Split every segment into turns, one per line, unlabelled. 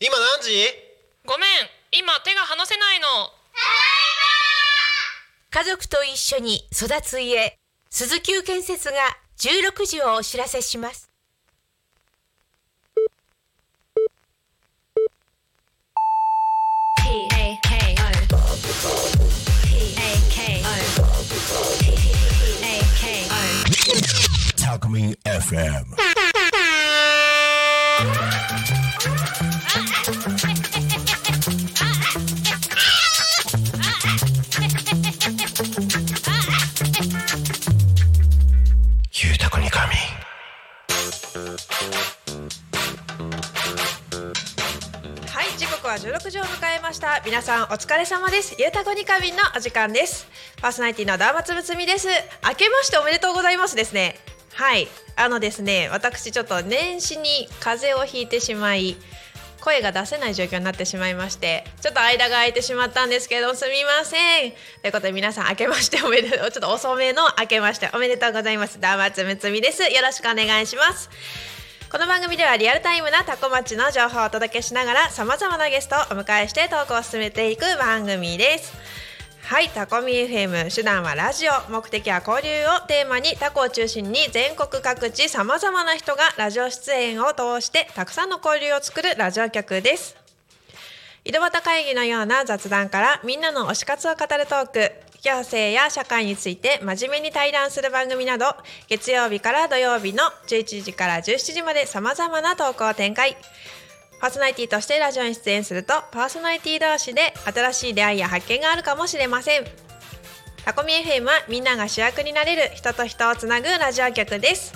ジ
ごめん今手が離せないの
家族と一緒に育つ家鈴木建設が16時をお知らせします
タクミン FM ゆうたこに仮眠
はい時刻は16時を迎えました皆さんお疲れ様ですゆうたこにかびんのお時間ですパーソナリティのダーマつぶつみです明けましておめでとうございますですねはいあのですね私ちょっと年始に風邪をひいてしまい声が出せない状況になってしまいましてちょっと間が空いてしまったんですけどすみませんということで皆さん明けましておめでとうちょっと遅めの明けましておめでとうございますダーマつぶつみですよろしくお願いしますこの番組ではリアルタイムなタコ町の情報をお届けしながらさまざまなゲストをお迎えしてトークを進めていく番組ですはいタコミ FM 手段はラジオ目的は交流をテーマにタコを中心に全国各地さまざまな人がラジオ出演を通してたくさんの交流を作るラジオ局です井戸端会議のような雑談からみんなの推し活を語るトーク行政や社会について真面目に対談する番組など月曜日から土曜日の11時から17時までさまざまな投稿を展開パーソナリティとしてラジオに出演するとパーソナリティ同士で新しい出会いや発見があるかもしれませんタコミ FM はみんなが主役になれる人と人をつなぐラジオ局です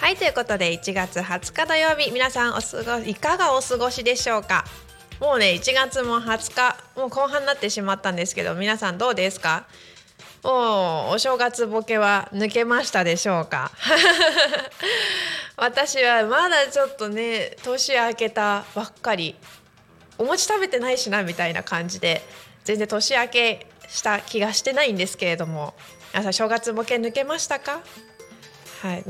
はいということで1月20日土曜日皆さんおすごいかがお過ごしでしょうかもうね1月も20日もう後半になってしまったんですけど皆さんどうですかもうお正月ボケは抜けましたでしょうか 私はまだちょっとね年明けたばっかりお餅食べてないしなみたいな感じで全然年明けした気がしてないんですけれども皆さん正月ボケ抜けましたかはい、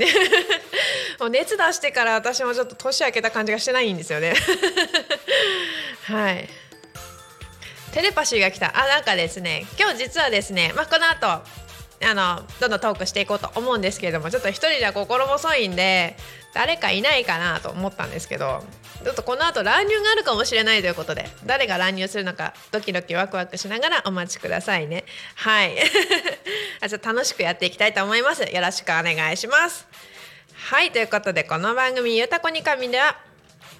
もう熱出してから私もちょっと年明けた感じがしてないんですよね。はい。テレパシーが来た。あ、なんかですね、今日実はですね、まあ、この後、あの、どんどんトークしていこうと思うんですけれども、ちょっと一人じゃ心細いんで、誰かいないかなと思ったんですけど、ちょっとこの後乱入があるかもしれないということで、誰が乱入するのか、ドキドキワクワクしながらお待ちくださいね。はい。 あちょっと楽しくやっていきたいと思います。よろしくお願いします。はい、ということで、この番組、ゆうたこにかみでは、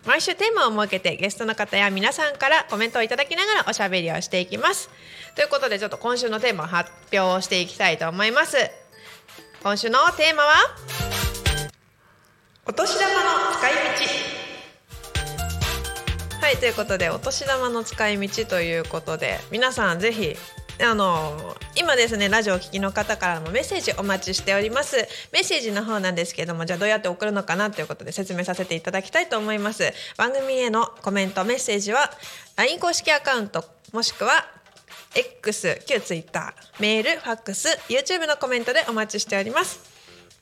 毎週テーマを設けてゲストの方や皆さんからコメントをいただきながらおしゃべりをしていきます。ということでちょっと今週のテーマを発表していきたいと思います。今週のテーマはお年玉の使い道はいということでお年玉の使い道ということで皆さんぜひあの今ですねラジオをお聞きの方からもメッセージお待ちしておりますメッセージの方なんですけどもじゃあどうやって送るのかなということで説明させていただきたいと思います番組へのコメントメッセージは LINE 公式アカウントもしくは X 旧 Twitter メールファックス YouTube のコメントでお待ちしております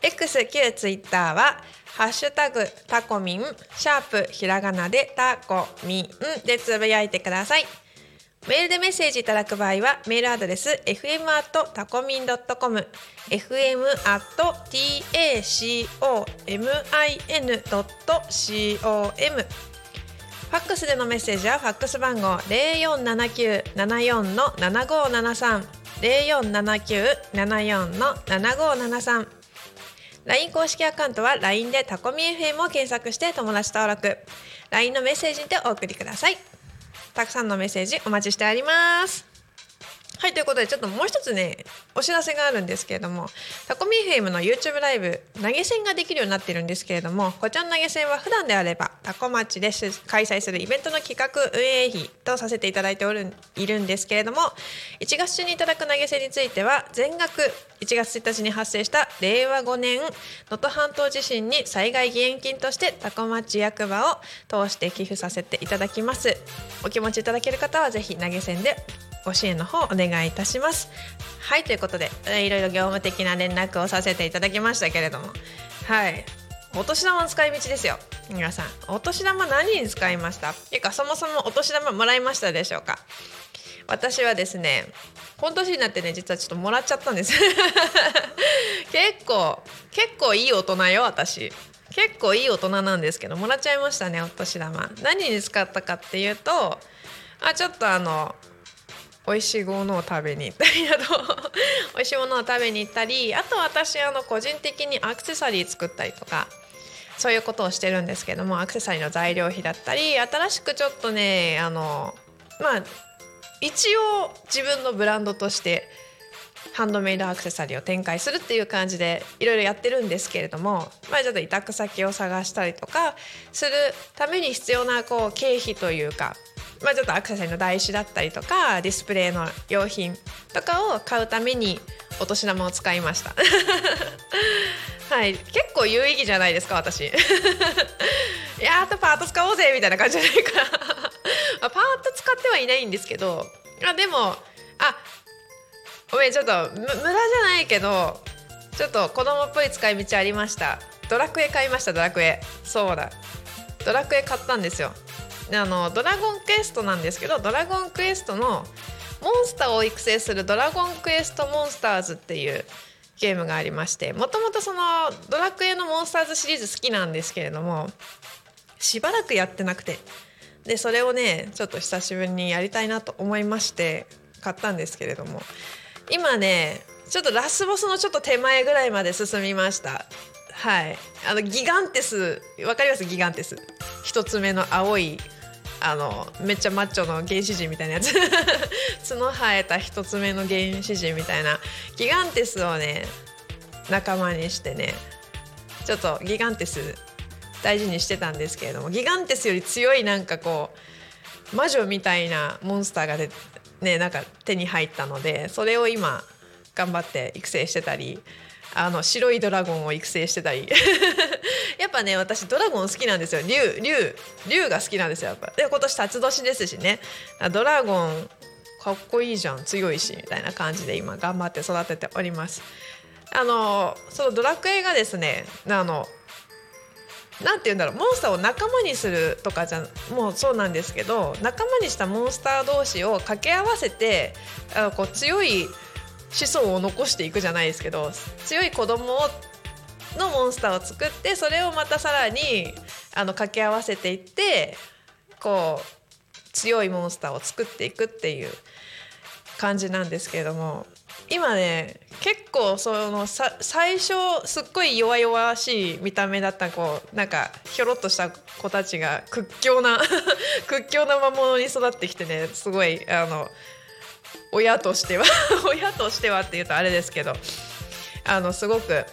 X 旧 Twitter は「ハッシュタグタコミン」シャープひらがなでタコミンでつぶやいてくださいメールでメッセージいただく場合はメールアドレス fm タコミン .com fm tacomin.com ファックスでのメッセージはファックス番号零四七九七四の七五七三零四七九七四の七五七三 LINE 公式アカウントは LINE でタコミ FM を検索して友達登録 LINE のメッセージでお送りくださいたくさんのメッセージお待ちしておりますはいということでちょっともう一つねお知らせがあるんですけれどもタコミンフェムの YouTube ライブ投げ銭ができるようになっているんですけれどもこちらの投げ銭は普段であればタコ町で主開催するイベントの企画運営費とさせていただいておるいるんですけれども1月中にいただく投げ銭については全額1月1日に発生した令和5年能登半島地震に災害義援金としてタコ町役場を通して寄付させていただきますお気持ちいただける方はぜひ投げ銭でご支援の方お願いいたします。はいということでえーいろいろ業務的な連絡をさせていただきましたけれどもはいお年玉の使い道ですよ皆さんお年玉何に使いましたていうかそもそもお年玉もらいましたでしょうか私はですね今年になってね実はちょっともらっちゃったんです 結構結構いい大人よ私結構いい大人なんですけどもらっちゃいましたねお年玉何に使ったかっていうとあちょっとあの美味しいものを食べに行ったりなど 美味しいものを食べに行ったりあと私あの個人的にアクセサリー作ったりとかそういうことをしてるんですけどもアクセサリーの材料費だったり新しくちょっとねあのまあ一応自分のブランドとしてハンドメイドアクセサリーを展開するっていう感じでいろいろやってるんですけれども、まあ、ちょっと委託先を探したりとかするために必要なこう経費というか、まあ、ちょっとアクセサリーの台紙だったりとかディスプレイの用品とかを買うためにお年玉を使いました はい結構有意義じゃないですか私 いやーとパート使おうぜみたいな感じじゃないかな まあパート使ってはいないんですけどあでもあごめんちょっとむ無駄じゃないけどちょっと子供っぽい使い道ありましたドラクエ買いましたドラクエそうだドラクエ買ったんですよであのドラゴンクエストなんですけどドラゴンクエストのモンスターを育成する「ドラゴンクエストモンスターズ」っていうゲームがありましてもともとその「ドラクエ」のモンスターズシリーズ好きなんですけれどもしばらくやってなくてでそれをねちょっと久しぶりにやりたいなと思いまして買ったんですけれども今ねちょっとラスボスのちょっと手前ぐらいまで進みましたはいあのギガンテスわかりますギガンテス一つ目の青いあのめっちゃマッチョの原始人みたいなやつ 角生えた一つ目の原始人みたいなギガンテスをね仲間にしてねちょっとギガンテス大事にしてたんですけれどもギガンテスより強いなんかこう魔女みたいなモンスターがで、ね、なんか手に入ったのでそれを今頑張って育成してたりあの白いドラゴンを育成してたり やっぱね私ドラゴン好きなんですよ竜竜竜が好きなんですよやっぱで今年辰年ですしねドラゴンかっこいいじゃん強いしみたいな感じで今頑張って育てておりますあのそのドラクエがですねあのなんて言うんだろうモンスターを仲間にするとかじゃもうそうなんですけど仲間にしたモンスター同士を掛け合わせてあのこう強い子孫を残していくじゃないですけど強い子供をのモンスターを作ってそれをまたさらにあの掛け合わせていってこう強いモンスターを作っていくっていう感じなんですけれども今ね結構そのさ最初すっごい弱々しい見た目だったこうなんかひょろっとした子たちが屈強な 屈強な魔物に育ってきてねすごいあの親としては 親としてはっていうとあれですけどあのすごく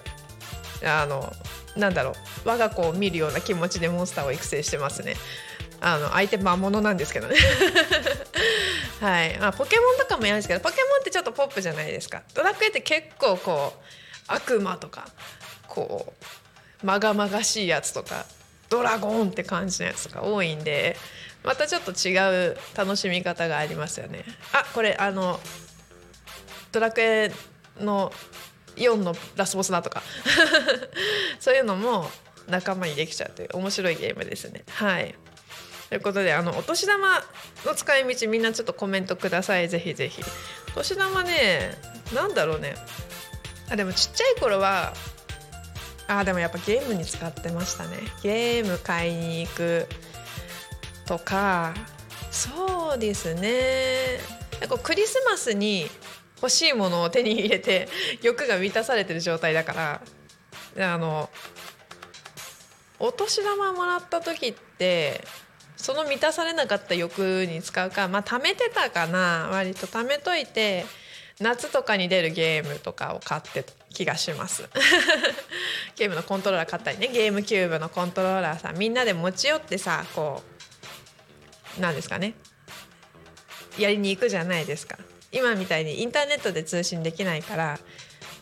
あのなんだろう我が子を見るような気持ちでモンスターを育成してますね。あの相手魔物なんですけどね はいまあ、ポケモンとかもやるんですけどポケモンってちょっとポップじゃないですかドラクエって結構こう悪魔とかこうまがまがしいやつとかドラゴンって感じのやつとか多いんでまたちょっと違う楽しみ方がありますよねあこれあのドラクエの4のラスボスだとか そういうのも仲間にできちゃうという面白いゲームですねはいということであのお年玉の使い道みんなちょっとコメントくださいぜひぜひお年玉ねなんだろうねあでもちっちゃい頃はあでもやっぱゲームに使ってましたねゲーム買いに行くとかそうですねなんかクリスマスに欲しいものを手に入れて欲が満たされてる状態だからあのお年玉もらった時ってその満たされなかった欲に使うかまあ貯めてたかな割と貯めといて夏とかに出るゲームとかを買ってた気がします ゲームのコントローラー買ったりねゲームキューブのコントローラーさみんなで持ち寄ってさこうなんですかねやりに行くじゃないですか今みたいにインターネットで通信できないから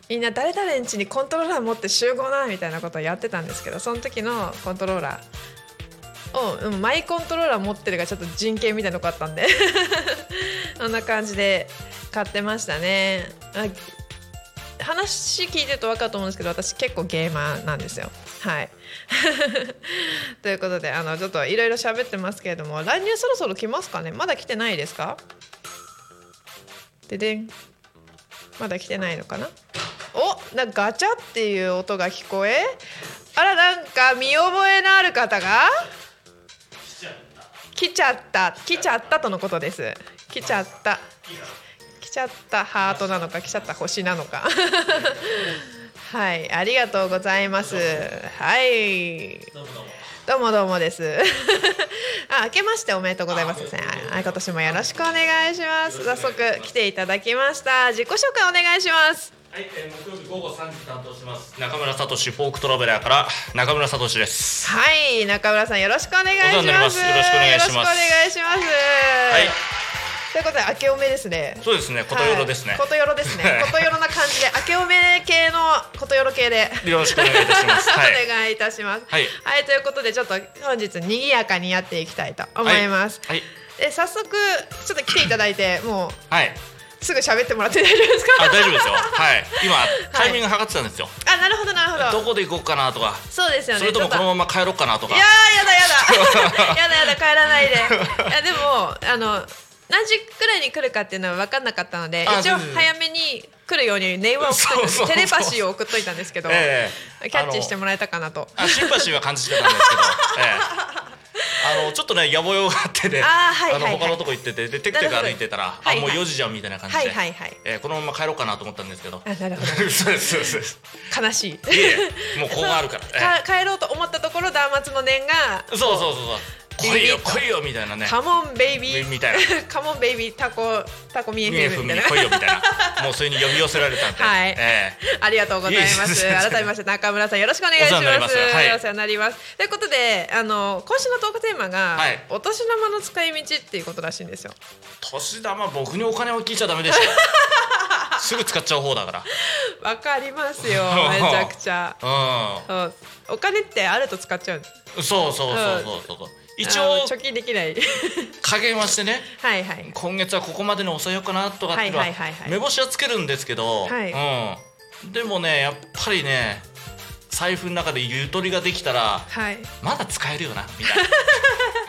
みんな誰々ん家にコントローラー持って集合なみたいなことをやってたんですけどその時のコントローラーを、うん、マイコントローラー持ってるがちょっと人権みたいなとこあったんで そんな感じで買ってましたねあ話聞いてると分かると思うんですけど私結構ゲーマーなんですよはい ということであのちょっといろいろ喋ってますけれども来年そろそろ来ますかねまだ来てないですかででんまだ来てないのかなおなんかガチャっていう音が聞こえあらなんか見覚えのある方が来ちゃった来ちゃったとのことです来ちゃった来ちゃったハートなのか来ちゃった星なのか はいありがとうございますはいどうもどうもです あ明けましておめでとうございますですねあ今年もよろしくお願いします早速来ていただきました自己紹介お願いします
はい、えー、木曜日午後3時担当します中村聡フォークトラベラーから中村聡です
はい中村さんよろしくお願いし
お世話になり
ま
ますすよろしくお願いします
よろくお願いします
はい
ということで明けおめですね
そうですねことよろですね、
はい、ことよろですねことよろな感じで明けおめ系のことよろ系で
よろしくお願いいたし ますはい
お願いいたします
はい
ということでちょっと本日にぎやかにやっていきたいと思います、
はい
え早速ちょっと来ていただいても
はい、はい、
うすぐ喋ってもらって大丈夫ですか
あ大丈夫ですよはい今タイミング測ってたんですよ、
あなるほどなるほ
ど
ど
こで行こうかなとか
そうですよね
それとも
ちょ
こ
っ
のまま帰ろうかなとか
いや ーやだやだやだやだ帰らないでいやでもあの何時くらいに来るかっていうのは分かんなかったので
あ
一応
全然
早めに来るようにネイは送っといたんです
そうそうそう
テレパシーを送っといたんですけど、
ええ
キャッチしてもらえたかなと
あシンパシーは感じてたんですけど、 ええあのちょっとね野暮用があってね
あーはいはいはい
の他のとこ行っててでテクテク歩いてたら、
なるほど
あ
はい
も
は
う
い
4時じゃんみたいな感じで、
はいはいはい
えーこのまま帰ろうかなと思ったんですけ ど
あなるほ
そうですそうですそうです
ど悲しい
いえいえもうここがあるから、ええ
か帰ろうと思ったところ断末の念が
そうそうそうそう。来いよ来いよみたいなね。
カモンベイビー
みたい
カモンベイビータコタコミエフ
ミエ
m
フ
み
ミ
たいな
に来いよみたいな。もうそれに呼び寄せられたんで。
はい
え
ありがとうございま
い
す。
えい
改
え
めまして中村さんよろしくお願いします。
お世話になりますはい
お世話になります。ということで、あの今週のトークテーマが、
はい
お年玉の使い道っていうことらしいんですよ。
年玉僕にお金を聞いちゃ ダメですよ。すぐ使っちゃう方だから。
わかります よ。めちゃくちゃ。そうお金ってあると使っちゃうんです。
うん。そうそうそうそうそう。一
あの
応
貯金できない。
加減はしてね。
はいはい。
今月はここまでに抑えようかなとかっていうのは
はいはいはいはい
目星はつけるんですけ
は
ど、
い
うん、でもねやっぱりね財布の中でゆとりができたら
はい。
まだ使えるよなみたいな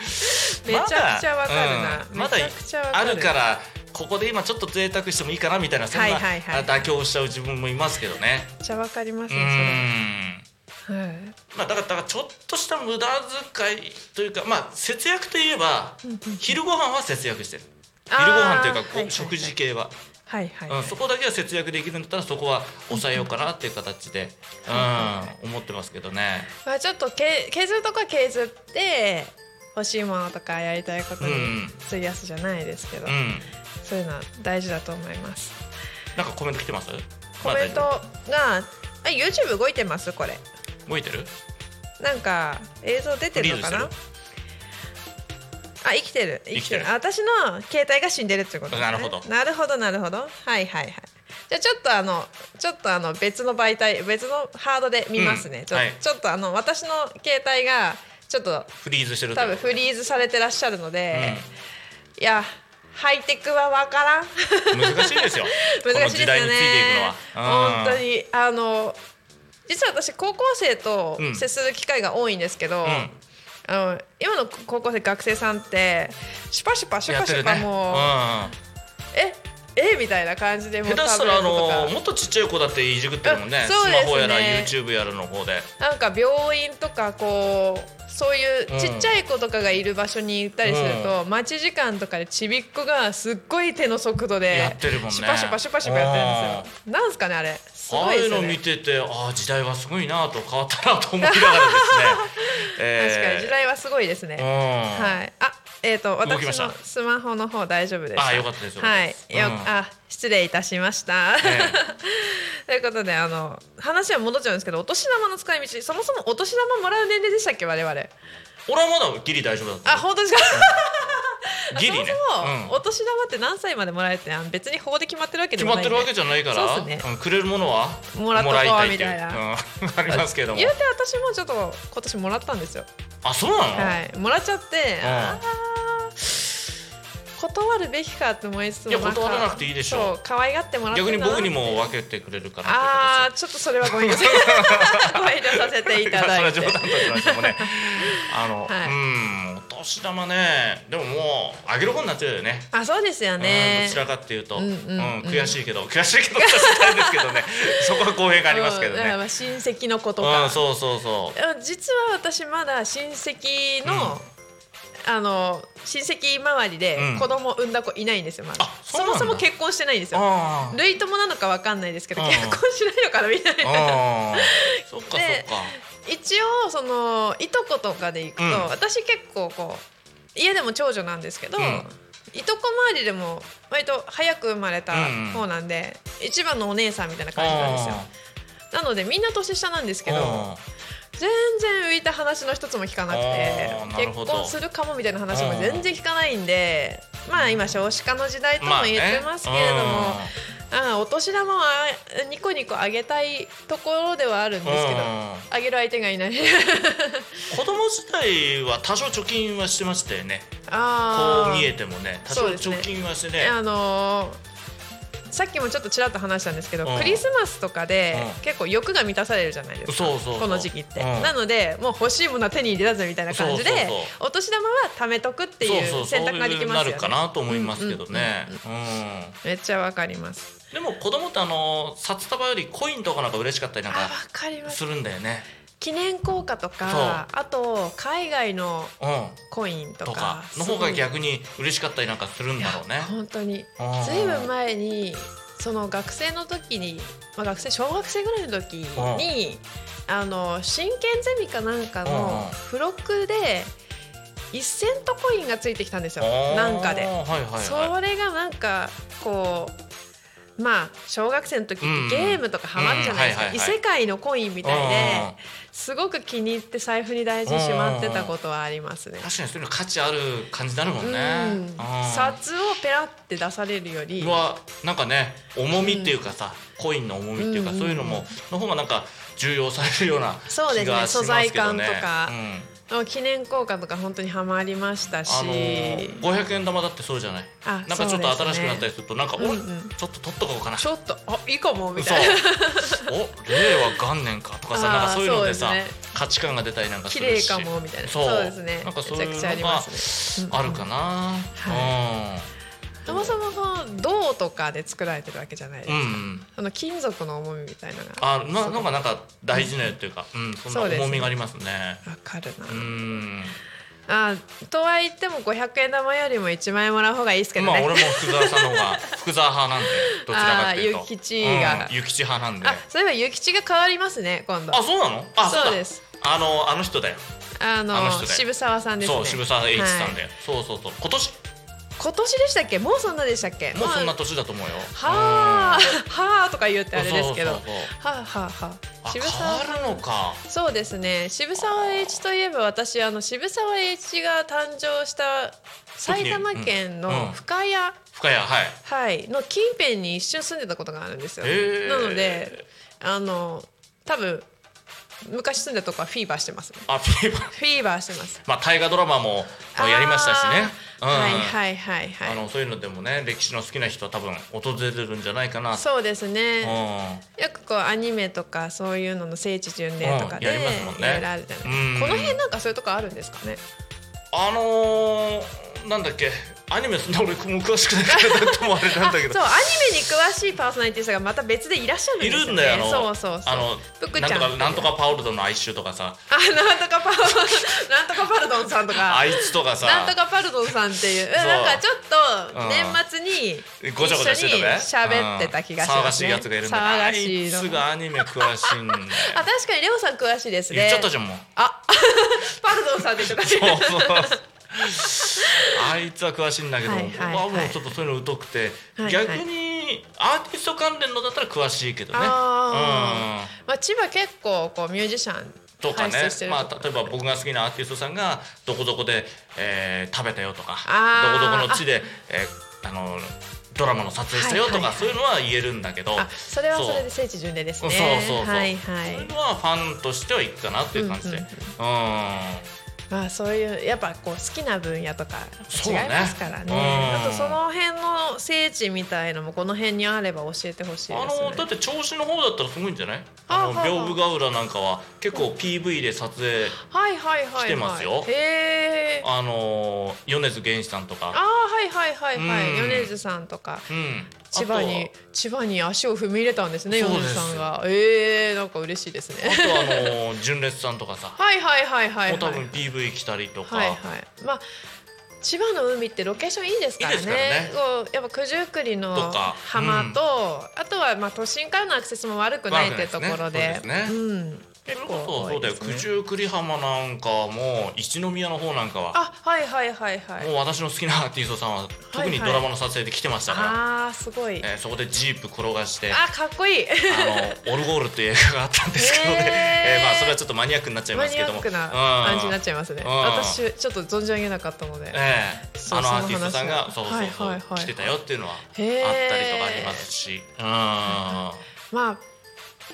めちゃくちゃわかるな。
まだ,、うん
めちゃくちゃわ
ま
か
だ
る
あるからここで今ちょっと贅沢してもいいかなみたいなそんな、
はいはいはい
あ妥協しちゃう自分もいますけどね
めっちゃわかります
うー
ね。
ん
それはい。
まあだからだからちょっとした無駄遣いというかまあ節約といえば昼ご飯は節約してる昼ご飯というか
あー
こう食事。系は、
はいはいはいはい
うん
はい。
そこだけは節約できるんだったらそこは抑えようかなっていう形で、うん、思ってますけどね
まあちょっとけ削るとか削って欲しいものとかやりたいことに
うん
費やすじゃないですけど、
うん
そういうのは大事だと思います
なんかコメント来てます
コメント
まだ
が、あ YouTube 動いてますこれ
動いてる
なんか映像出てるのか
フリーズして
な
る
あ生きてる生
生
き
き
て
て
る
る
あ私の携帯が死んでるってことですね
なるほど
なるほどなるほどはいはいはいじゃあちょっとあのちょっとあの別の媒体別のハードで見ますね、
うん
ちょっと
はい
ちょっとあの私の携帯がちょっと
フリーズしてる
多分フ
ー
リーズされてらっしゃるので
うん、
いやハイテクは分からん
難しいですよ
難しいですよね
この時代についていくのは、うん
本当にあの実は私高校生と接する機会が多いんですけど、
ん
あの今の高校生学生さんってシュパシュパシュ
やっ
パ
て
シュ
る
パ
ね
もう、ええみたいな感じで
う
も
ん、下手したらあ
タブレットとか
のもっとちっちゃい子だっていじくってるもんね
あそうですね
スマホやら YouTube やらの方で
なんか病院とかこうそういう
うん
ちっちゃい子とかがいる場所に行ったりすると、待ち時間とかでちびっこがすっごい手の速度で
やってるもんね
シュパシュパシュパシュパやってるんですよなんすかねあれす
あ
ご
あ
いです
いうの
よ
を見
ね
ててああ時代はすごいなと変わったなと思いながらですね、
確かに時
え
代はすごいですね、
ーうん
はいあえっ、と
動きま
私
した
のスマホの方大丈夫です
あよかったですよかっ
は
た
い
です
よ、
うん
あ失礼いたしました、
え
ということであの話は戻っちゃうんですけどお年玉の使い道そもそもお年玉もらう年齢でしたっけ我々
俺はまだギリ大丈夫だった
あ本当ですか
ギリね、
そもそも
うん
お年玉って何歳までもらえてあの別に法で決まってるわけで
決
も
ま
な
っ
い
てるわけじゃないから
そうっすね
んくれるものは
もらっとこう
いってう
みたいな、
うん、 ありますけども
言うて私もちょっと今年もらったんですよ
あそうなの、
はいもらっちゃって、
うん
あー断るべきかって思いつつも
いや
んか
断らなくていいでしょ
そ
う
う可愛がってもらって
逆に
るな
僕にも分けてくれるかな
ああ
っ
ちょっとそれはご遠慮さご遠慮させて
て
い
形
ただい
で
て
まあ それは冗談としまして もねあの、
はい
うんお年玉ねでももうあげる方になっちゃうよね
あそうですよ
うん
ね
どちらかっていうと、
う
うんん
うんうん
悔しいけど悔しいけどって言ったら失礼ですけどね そこは公平がありますけど
うんだから
ね。
まあ親戚の子と
う
か
ん、そうそうそう。
でも実は私まだ親戚の、
うん
あの親戚周りで
うん
子供産んだ子いないんですよ、まだ
あ
そ
そうなん
も
だ
そも結婚してないんですよ
ああ。
類友なのかわかんないですけど
うん
結婚しないのかなみたいな
ああ。そっかそっ
で
か。
一応そのいとことかで行くと、
うん
私結構こう家でも長女なんですけど、
うん
いとこ周りでも割と早く生まれた方なんで、一番のお姉さんみたいな感じなんですよなのでみんな年下なんですけど
ああ
全然浮いた話の一つも聞かなく
あーな
て
る
結
ほど
婚するかもみたいな話も全然聞かないんでまあ今少子化の時代とも言ってますけれども、
まあね
あーお年玉はニコニコあげたいところではあるん
うん
ですけどあげる相手がいない
うん子供自体は多少貯金はしてましたよね。
あ
こ
ー
う見えてもね、多少
そうですね
貯金はしてね。
あのーさっきもちょっとちらっと話したんですけど、
うん
クリスマスとかで、
うん
結構欲が満たされるじゃないですか
そうそうそう
この時期って、
うん
なのでもう欲しいものは手に入れたぜみたいな感じで
そうそうそう
お年玉は貯めとくってい
そううそう
選択ができますよね
そういうなるかなと思いますけどね。うん。
めっちゃわかります
でも子供ってあの札束よりコインとかなんか嬉しかったりなん
あわ
か
かります
するんだよね。
記念硬貨と
そ
か
う
あと海外の
うん。
コインと
と
か
かの方が逆
に
に嬉しかったりなんかするんだろうね。
本当に
うん
ずいぶん前にその学生の時に、まあ、学生小学生ぐらいの時にあの真剣ゼミかなんかの
うん
付録で1000とコインがついてきたんですよ
あー
なんかで。
はいはいはい。
それがなんかこうまあ小学生の時って
うん
ゲームとかハマるじゃないですか
うんはい
異
はいはい
世界のコインみたいですごく気に入って財布に大事にしまってたことはありますね
うん。確かにそういうの価値ある感じになるもんね。
う
うん
ん、札をペラって出されるより
はなんかね重みっていうかさ、コインの重みっていうか、
うんうんうん
そういうのもの方がなんか重要されるような気
そう
が
です
し
ね
ますけ
素
どね。
材感とか
うん
記念硬貨とか本当にハマりましたし、
あのー、500円玉だってそうじゃない
あ
なんかちょっと
そうです
新し
ね
くなったりするとなんか、おい
うんうん
ちょっと取っとこうかな
ちょっとあいいかもみ
嘘
たいな
お令和元年かとか さ
あー
なんかそういうのでさ
そうですね
価値観が出たりなんかす
綺
る
麗
し
かもみたいな
そう
ですね
なんかそう
め
い
ちゃ
う
くちゃあり
のが
ますね、うん
あるかな、
そもそもその銅とかで作られてるわけじゃないです
うん、
か、
うん、
その金属の重みみたいなのが
あななんかなんか大事なっていうか、うんそんな
そうですね
重みがありますね
わかるな、
うん
あとは言っても500円玉よりも1万円もらう方がいいですけど
まあ
ね、
俺も福沢さんの方が福沢派なんでどちらかっていうと
あー諭吉が
うん諭吉派なんで
あそういえば諭吉が変わりますね今度
あそうなのあ
そう
だ
です
あのあの人だよ、
あの
あの人だよ
渋沢さんですね
そう渋沢栄一さ
は
ん
い
で、そうそうそう今年
今年でしたっけもうそんなでしたっけ
もうそん
ま
な
あ
年だと思うよ
はあ
う ん、
はあとか言ってあれですけど。は
そうそうそうそう
あ、はあ、はあ。
あ
渋沢。
変わるのか
そうですね。渋沢栄一といえば、私、あの渋沢栄一が誕生した。埼玉県
うんう
の
ん
深谷、
深谷はい
はい、の近辺に一瞬住んでたことがあるんですよ。
へー
なので、あの、多分。昔住んでたとこはフィーバーしてますね。
あ ピーバー
フィーバーしてます。
まあ大河ドラマもやりましたしね
あ
うん
ーはい、はい、はい、はい。
あのそういうのでもね歴史の好きな人は多分訪れるんじゃないかな
そうですね。
うん
よくこうアニメとかそういうのの聖地巡礼とかでい
うん
ろ
やりますもんね
いろあるじゃない、
うん
この辺なんかそういうとこあるんですかね
あのー、なんだっけアニメそんな俺も詳しくないからともあれなんだけ
そ
ど
うアニメに詳しいパーソナリティさんがまた別でいらっしゃるんで
い
すよ、ね、
るんだよあの
そうそうそう
あの
福ちゃ
な
んってい
んとか
う
なんとかパオルドの哀愁とかさ
あなんとかパ なんとかパルドンさんとか
あいつとかさ
なんとかパルドンさんっていううん
そう
なんかちょっと
うん
年末に
ごちゃごちゃしてたね
一緒に喋ってた気がし
うん騒
ま
が
す
し
ね、
いやつがいるんだ
騒
あ
がし
い
い
つ
の
がアニメ詳しいんだよ
あ確かにレオさん詳しいですね
言っちゃったじゃん もう
あパルドンさんって言っちゃった
そうそうそうあいつは詳しいんだけど、
はいはいはい
僕はもうちょっとそういうの疎くて、
はいはい
逆にアーティスト関連のだったら詳しいけどね。
あまあ、千葉結構こうミュージシャン
うんとかね
輩出して、ると
ま
こ
あ、例えば僕が好きなアーティストさんがどこどこで、えー食べたよとか
あー
どこどこの地で、えーあのドラマの撮影したよとか、
はいはいはい
そういうのは言えるんだけど
あそれはそれで
そ
聖地巡礼ですね
うそうそうそう
はいは
うそういう
い
のはファンとしてはいくかなっていう感じで、
うん
うん
うんまあそういうやっぱこう好きな分野とか違
そう
い
ね
ますからね
う
あ
ん
とその辺の聖地みたいのもこの辺にあれば教えてほしいですね
あのだって銚子の方だったらすごいんじゃない
あ
あの
はいはい
屏風ヶ浦なんかは結構 PV で撮影
はいはいはいはい
来てますよ
へえ
あの米津玄師さんと
ああ
か
はいはいはいはい
うん
米津さんとか
うん
千葉に千葉に足を踏み入れたんですね
そう
米
で
津
す
さんがええなんか嬉しいです
あと
ね
はあとあの 純烈さんとかさ
はいはいはいはい
も
は
う
い
多分 PV 来たりとか、
はいはいまあ千葉の海ってロケーションいいですからね
いいですからね
こうやっぱ九十九里の
とか
浜とあとはまあ都心からのアクセスも悪くないってところで
悪くないですね
うん
で
結
それ
構
こそ
多
そ
いうで
だよ
すね
九十九里浜なんかも一宮の方なんかは
あはいはいはいはい
もう私の好きなアーティストさんは特にドラマの撮影で来てましたから、
あーすごい
えーそこでジープ転がして
あかっこいい
あのオルゴールっていう映画があったんですけど
へ
ね、
ー
えーまあそれはちょっとマニアックになっちゃい
マ
ます
ニ
け
ア
ども
ックな
うん
感じになっちゃいますね
うん
私ちょっと存じ上げなかったので
ええ
そう
あの
その
アーティストさんが
話
そう
は
そうそう、
はいはいはい
来てたよっていうのはあったり
へー
とかありますし、うん、
まあ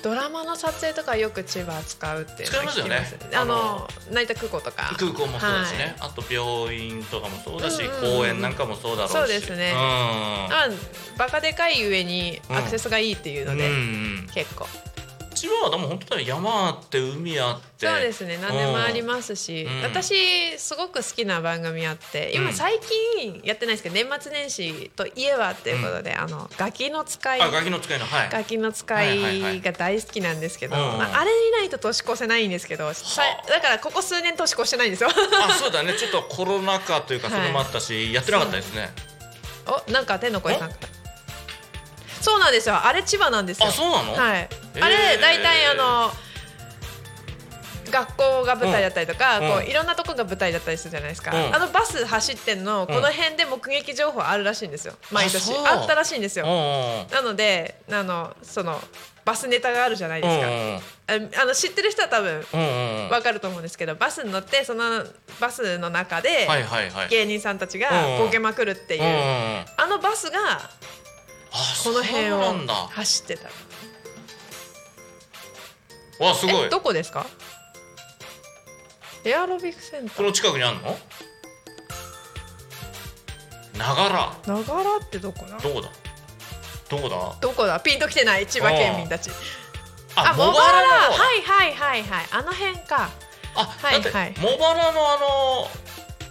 ドラマの撮影とかよく千葉使うっていうのは聞き
使いますよね
あ
あ
の
の
成田空港とか
空港もそうだしね、
はい
あと病院とかもそうだし、
うんうんうん
公園なんかもそうだろうし
そうですね
うん
あバカでかい上に
うん
アクセスがいいっていうの
うんう
で、
ん、
結構
千葉はでも本当だよ山あって海あって
そうですね何でもありますし、
うん
私すごく好きな番組あって
う
今
ん
最近やってないですけど年末年始といえばっていうことで、あのガキの使い
あガキの使いのはい
ガキの使いが大好きなんですけど、
はいはいはい
まあ、あれにないと年越せないんですけど、さだからここ数年年越してないんですよ
あそうだねちょっとコロナ禍というかそれもあったし、やってなかったですね
おなんか天の声さんからそうなんですよあれ千葉なんですよ
あそうなの、
はい、
えー
あれ大体あの学校が舞台だったりとか、
うん
こ
うん
ういろんなとこが舞台だったりするじゃないですか、
うん
あのバス走ってんのこの辺で目撃情報あるらしいんですよ毎年
あそう
あったらしいんです
うん
よなのであのそのバスネタがあるじゃないで
うん
す
う
か、
ん
ああの知ってる人は多分
うんうんうんは
わかると思うんですけどバスに乗ってそのバスの中で
いはいはい
芸人さんたちが
うん
ボケまくるっていう、
うんうんうん
あのバスが
あ
この辺
そうなん
を
だ
走ってた
わすご
え
い
どこですかエアロビクセンタ
こ
ー
の近くにあるのながら
ながらってどこだ
どこだどこだ
どこだピンときてない千葉県民たち
あ
茂原
だ
は
ろ
いはいはいはいあの辺か
あ、
はい
だって
はい
茂原のあの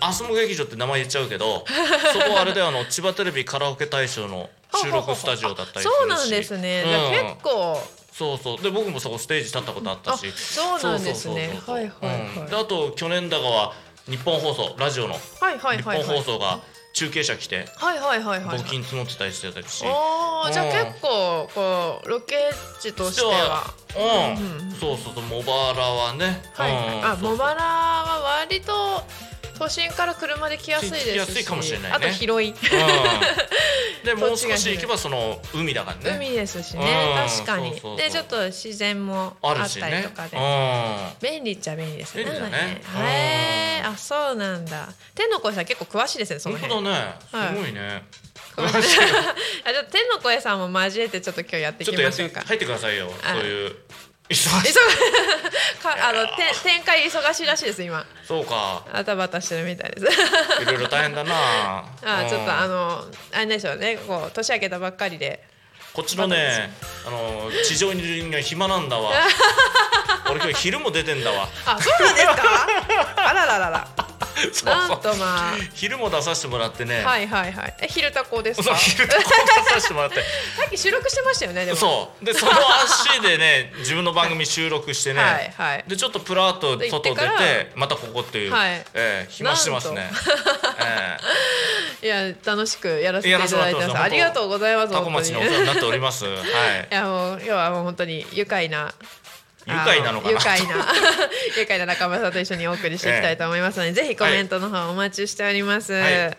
アスモ劇場って名前言っちゃう けどそこはあれであの千葉テレビカラオケ大賞の収録スタジオだったりするし
そうなんですね、じゃあ
うん
結構
そうそうで僕もそこステージ立ったことあった
あ
し
そうなんですね
そうそうそうそう
はいはい
うん
はい
であと去年だかは日本放送ラジオの
はいはい
日
はい
本
はい
放送が中継車来て
はいはいはいはい
募金募ってたりしてたし
おーじゃあ
うん
結構こうロケ地としては
うん、そうそうそう茂原はね、
はいはい、
うん
あ
そう
茂原は割と都心から車で来やすいですし
来やすいかもしれないね
あと広い
うん でも
土
う
地
少
が広い
し行けばその海だから
海
ね
ですしね、
うん
確かに
そうそうそう
でちょっと自然もあ
ある
っ
した
り
ね
とかで、
う
便利っちゃ便利ですね
便利だね
はいへえあそうなんだ天の声さん結構詳しいですねその
ん本
辺
当だね
はい
すごいね、
詳しいあじゃ あ天の声さんも交えてちょっと今日やってい
ちょ
き
っとや
ま
っ
しょ
て
うか
入ってくださいよ
あ
そういう忙し
忙
い
かあのて展開忙しいらしいです今
そうか
あたばたしてるみたいです
いろいろ大変だな
あちょっとあ
の
のあれでしょうねこう年明けたばっかり で
こっちのねあの地上にいる人間暇なん だわ俺今日昼も出てんだわ
あそうなんですか あらららら
そうそう
なんとまあ
昼も出させてもらってね、
はいはいはいえ昼タコです
そう
か
昼とこ出させてもらって
さっき収録してましたよねでも
そうでその足でね 自分の番組収録してね、
はいはい
でちょっとプラーと
で行っ
外
て
出て
から
またここっていう、
はい
えー暇してますね
なん、
え
いや楽しくやらせていただい
やらせてもらって
て
ます
ます
本当
ありがとうございま
ー、
す
タコ
本当にい
町にお世話になっておりま すはい
やもう今日はもう本当に愉快な
愉快なのかな
あ愉快な 愉快な仲間さんと一緒にお送りしていきたいと思いますので、ぜひコメントの方お待ちしております、
はい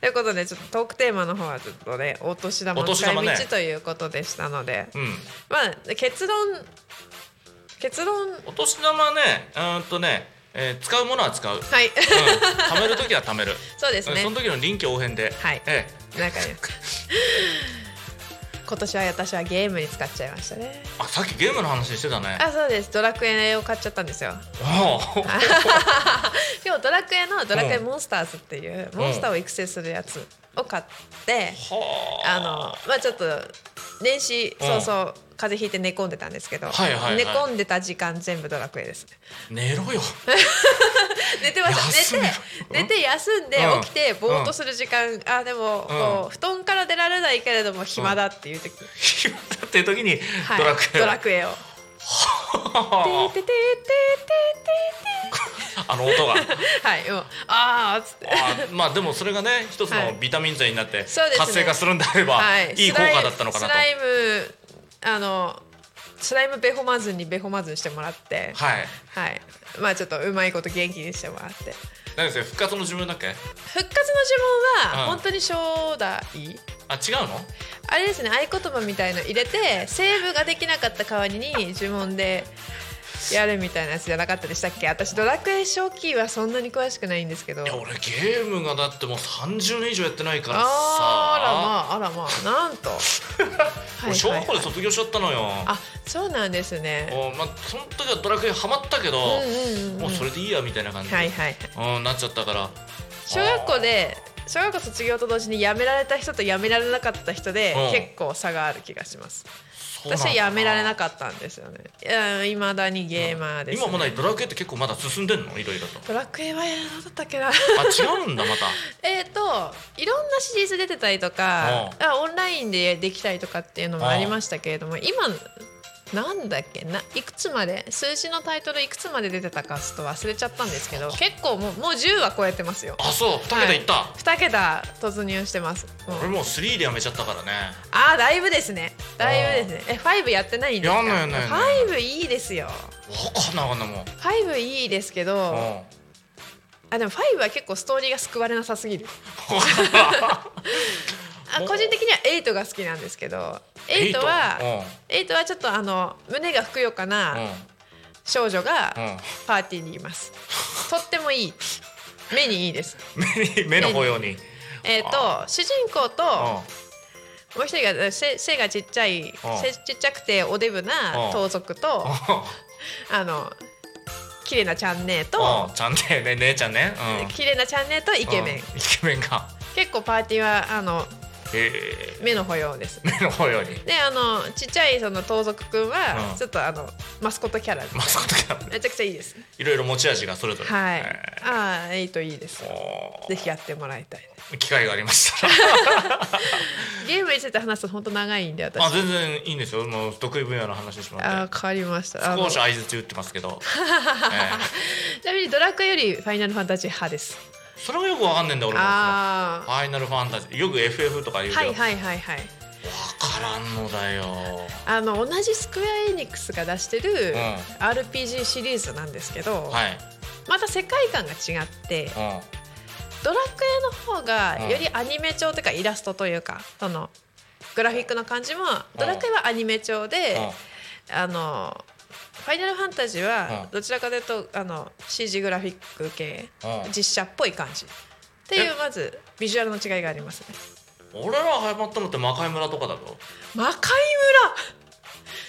ということでちょっとトークテーマの方はちょっとねお年玉
お
の
年
使い道
玉ね
ということでしたので、
うん
まあ結論結論
お年玉はねうーんとね、えー使うものは使う、 うん、
はい
貯める時は貯める
そうですね
その時の臨機応変で、
はい
え
なんかね 今年は私はゲームに使っちゃいましたね
あさっきゲームの話してた ね
あそうですドラクエを買っちゃったんですよ
おう
でもドラクエの「ドラクエ
うん
モンスターズ」っていうモンスターを育成するやつを買って、
はあ
あのまあちょっと年始
うん
早々風邪ひいて寝込んでたんですけど、
はいはいはい
寝込んでた時間全部ドラクエですね
寝ろ よ
寝てまし
休
た
め
寝
ろ
て寝て休んで
うん
起きてぼーっとする時間、あでもこう、布団から出られないけれども暇だっていう時、
暇だっていう時に
はい
ドラクエを、
ドラク エを「ててててて
あの音が
て」はいもうあーっつって
あまあでもそれがね一つ
はい
のビタミン剤になって
そうですね
活性化するんであれば、
はい、
い、い効果だったのかなと
スライムスライムあのスライムベホマズンにベホマズンしてもらって
はい
はいまあちょっとうまいこと元気にしてもらって
何ですよ復活の自分だっけ
復活の呪文は
うん
本当に正代、
あ違うの
あれですね合言葉みたいの入れてセーブができなかった代わりに呪文でやるみたいなやつじゃなかったでしたっけ私ドラクエ初期はそんなに詳しくないんですけど
いや俺ゲームがだってもう30年以上やってないからさ
あーあらまああらまあなんと はい
俺小学校で
はいはい
卒業しちゃったのよ、
あそうなんですね
おまあ、その時はドラクエハマったけど、
うんうんうんうん
もうそれでいいやみたいな感じで、
はいはいはい
うん、なっちゃったから
小学校で小学校卒業と同時に辞められた人と辞められなかった人で
うん
結構差がある気がします
そうなん
私
だ
は辞められなかったんですよねいまだにゲーマーです、ね、
今もないドラクエって結構まだ進んでんのいろいろと
ドラクエはやらなかったっけな
あ違うんだまた
えっといろんなシリーズ出てたりとか
う
あオンラインでできたりとかっていうのもありましたけれども今なんだっけないくつまで数字のタイトルいくつまで出てたかちょっと忘れちゃったんですけど結構もうもう10は超えてますよ
あそう2桁いった、
2桁突入してますもう
俺もう3でやめちゃったからね
あーだいぶですねだいぶですねえファイブやってないんですか
やんないやんないやん
フ
ない
ァイブいいですよ
わかんないわかんないもう
ファイブいいですけ
うん
どあでもファイブは結構ストーリーが救われなさすぎ るあ
お
個人的にはエイトが好きなんですけどエイトはエイトはちょっとあの胸がふくよか
うんうん
な少女
う
が
ん
パーティーにいますとってもいい目にいいです
目に目の模様に
えっ、と主人公と
うん
もう一人がせ背がちっちゃい背ちっちゃくておデブ
う
なん盗賊と あの綺麗なちゃんねえ
うん
と
うんちゃんねね姉ちゃんねうん
綺麗なちゃんねえとイケメン、
うんイケメンか
結構パーティーはあの
え
目の保養です
ー目の模様に
であのちっちゃいその盗賊くんは、
うん
ちょっとあのマスコットキャラ
マスコットが
めちゃくちゃいいです
いろいろ持ち味がそれぞれ
はい、
え
ああエイトいいです
ーお
ぜひやってもらいたい
ー機会がありました ら
ゲームについて話すと本当長いんで私
あ
あ
全然いいんですよもう得意分野の話しま
あ
って
ー変わりましたあの
少し
ち
合図中打ってますけど、え
なみにドラクエよりファイナルファンタジー派です
ーそれはよくわかんねえんだ俺もフ
ああ
ァイナルファンタジーよく FF とか言うけ
は
ど、
いはいはいはい
わからんのだよ
あの同じスクエア・エニックスが出してる
うん
RPG シリーズなんですけど、
はい、
また世界観が違って
うん、
ドラクエの方
う
が
ん
よりアニメ調というかイラストというかそのグラフィックの感じもドラクエはアニメ調で
うん
あのファイナルファンタジー
う
は
ん
どちらかというとあの CG グラフィック系
うん
実写っぽい感じっていう
え
まずビジュアルの違いがありますね。
俺らハマったのって魔界村とかだぞ
魔界村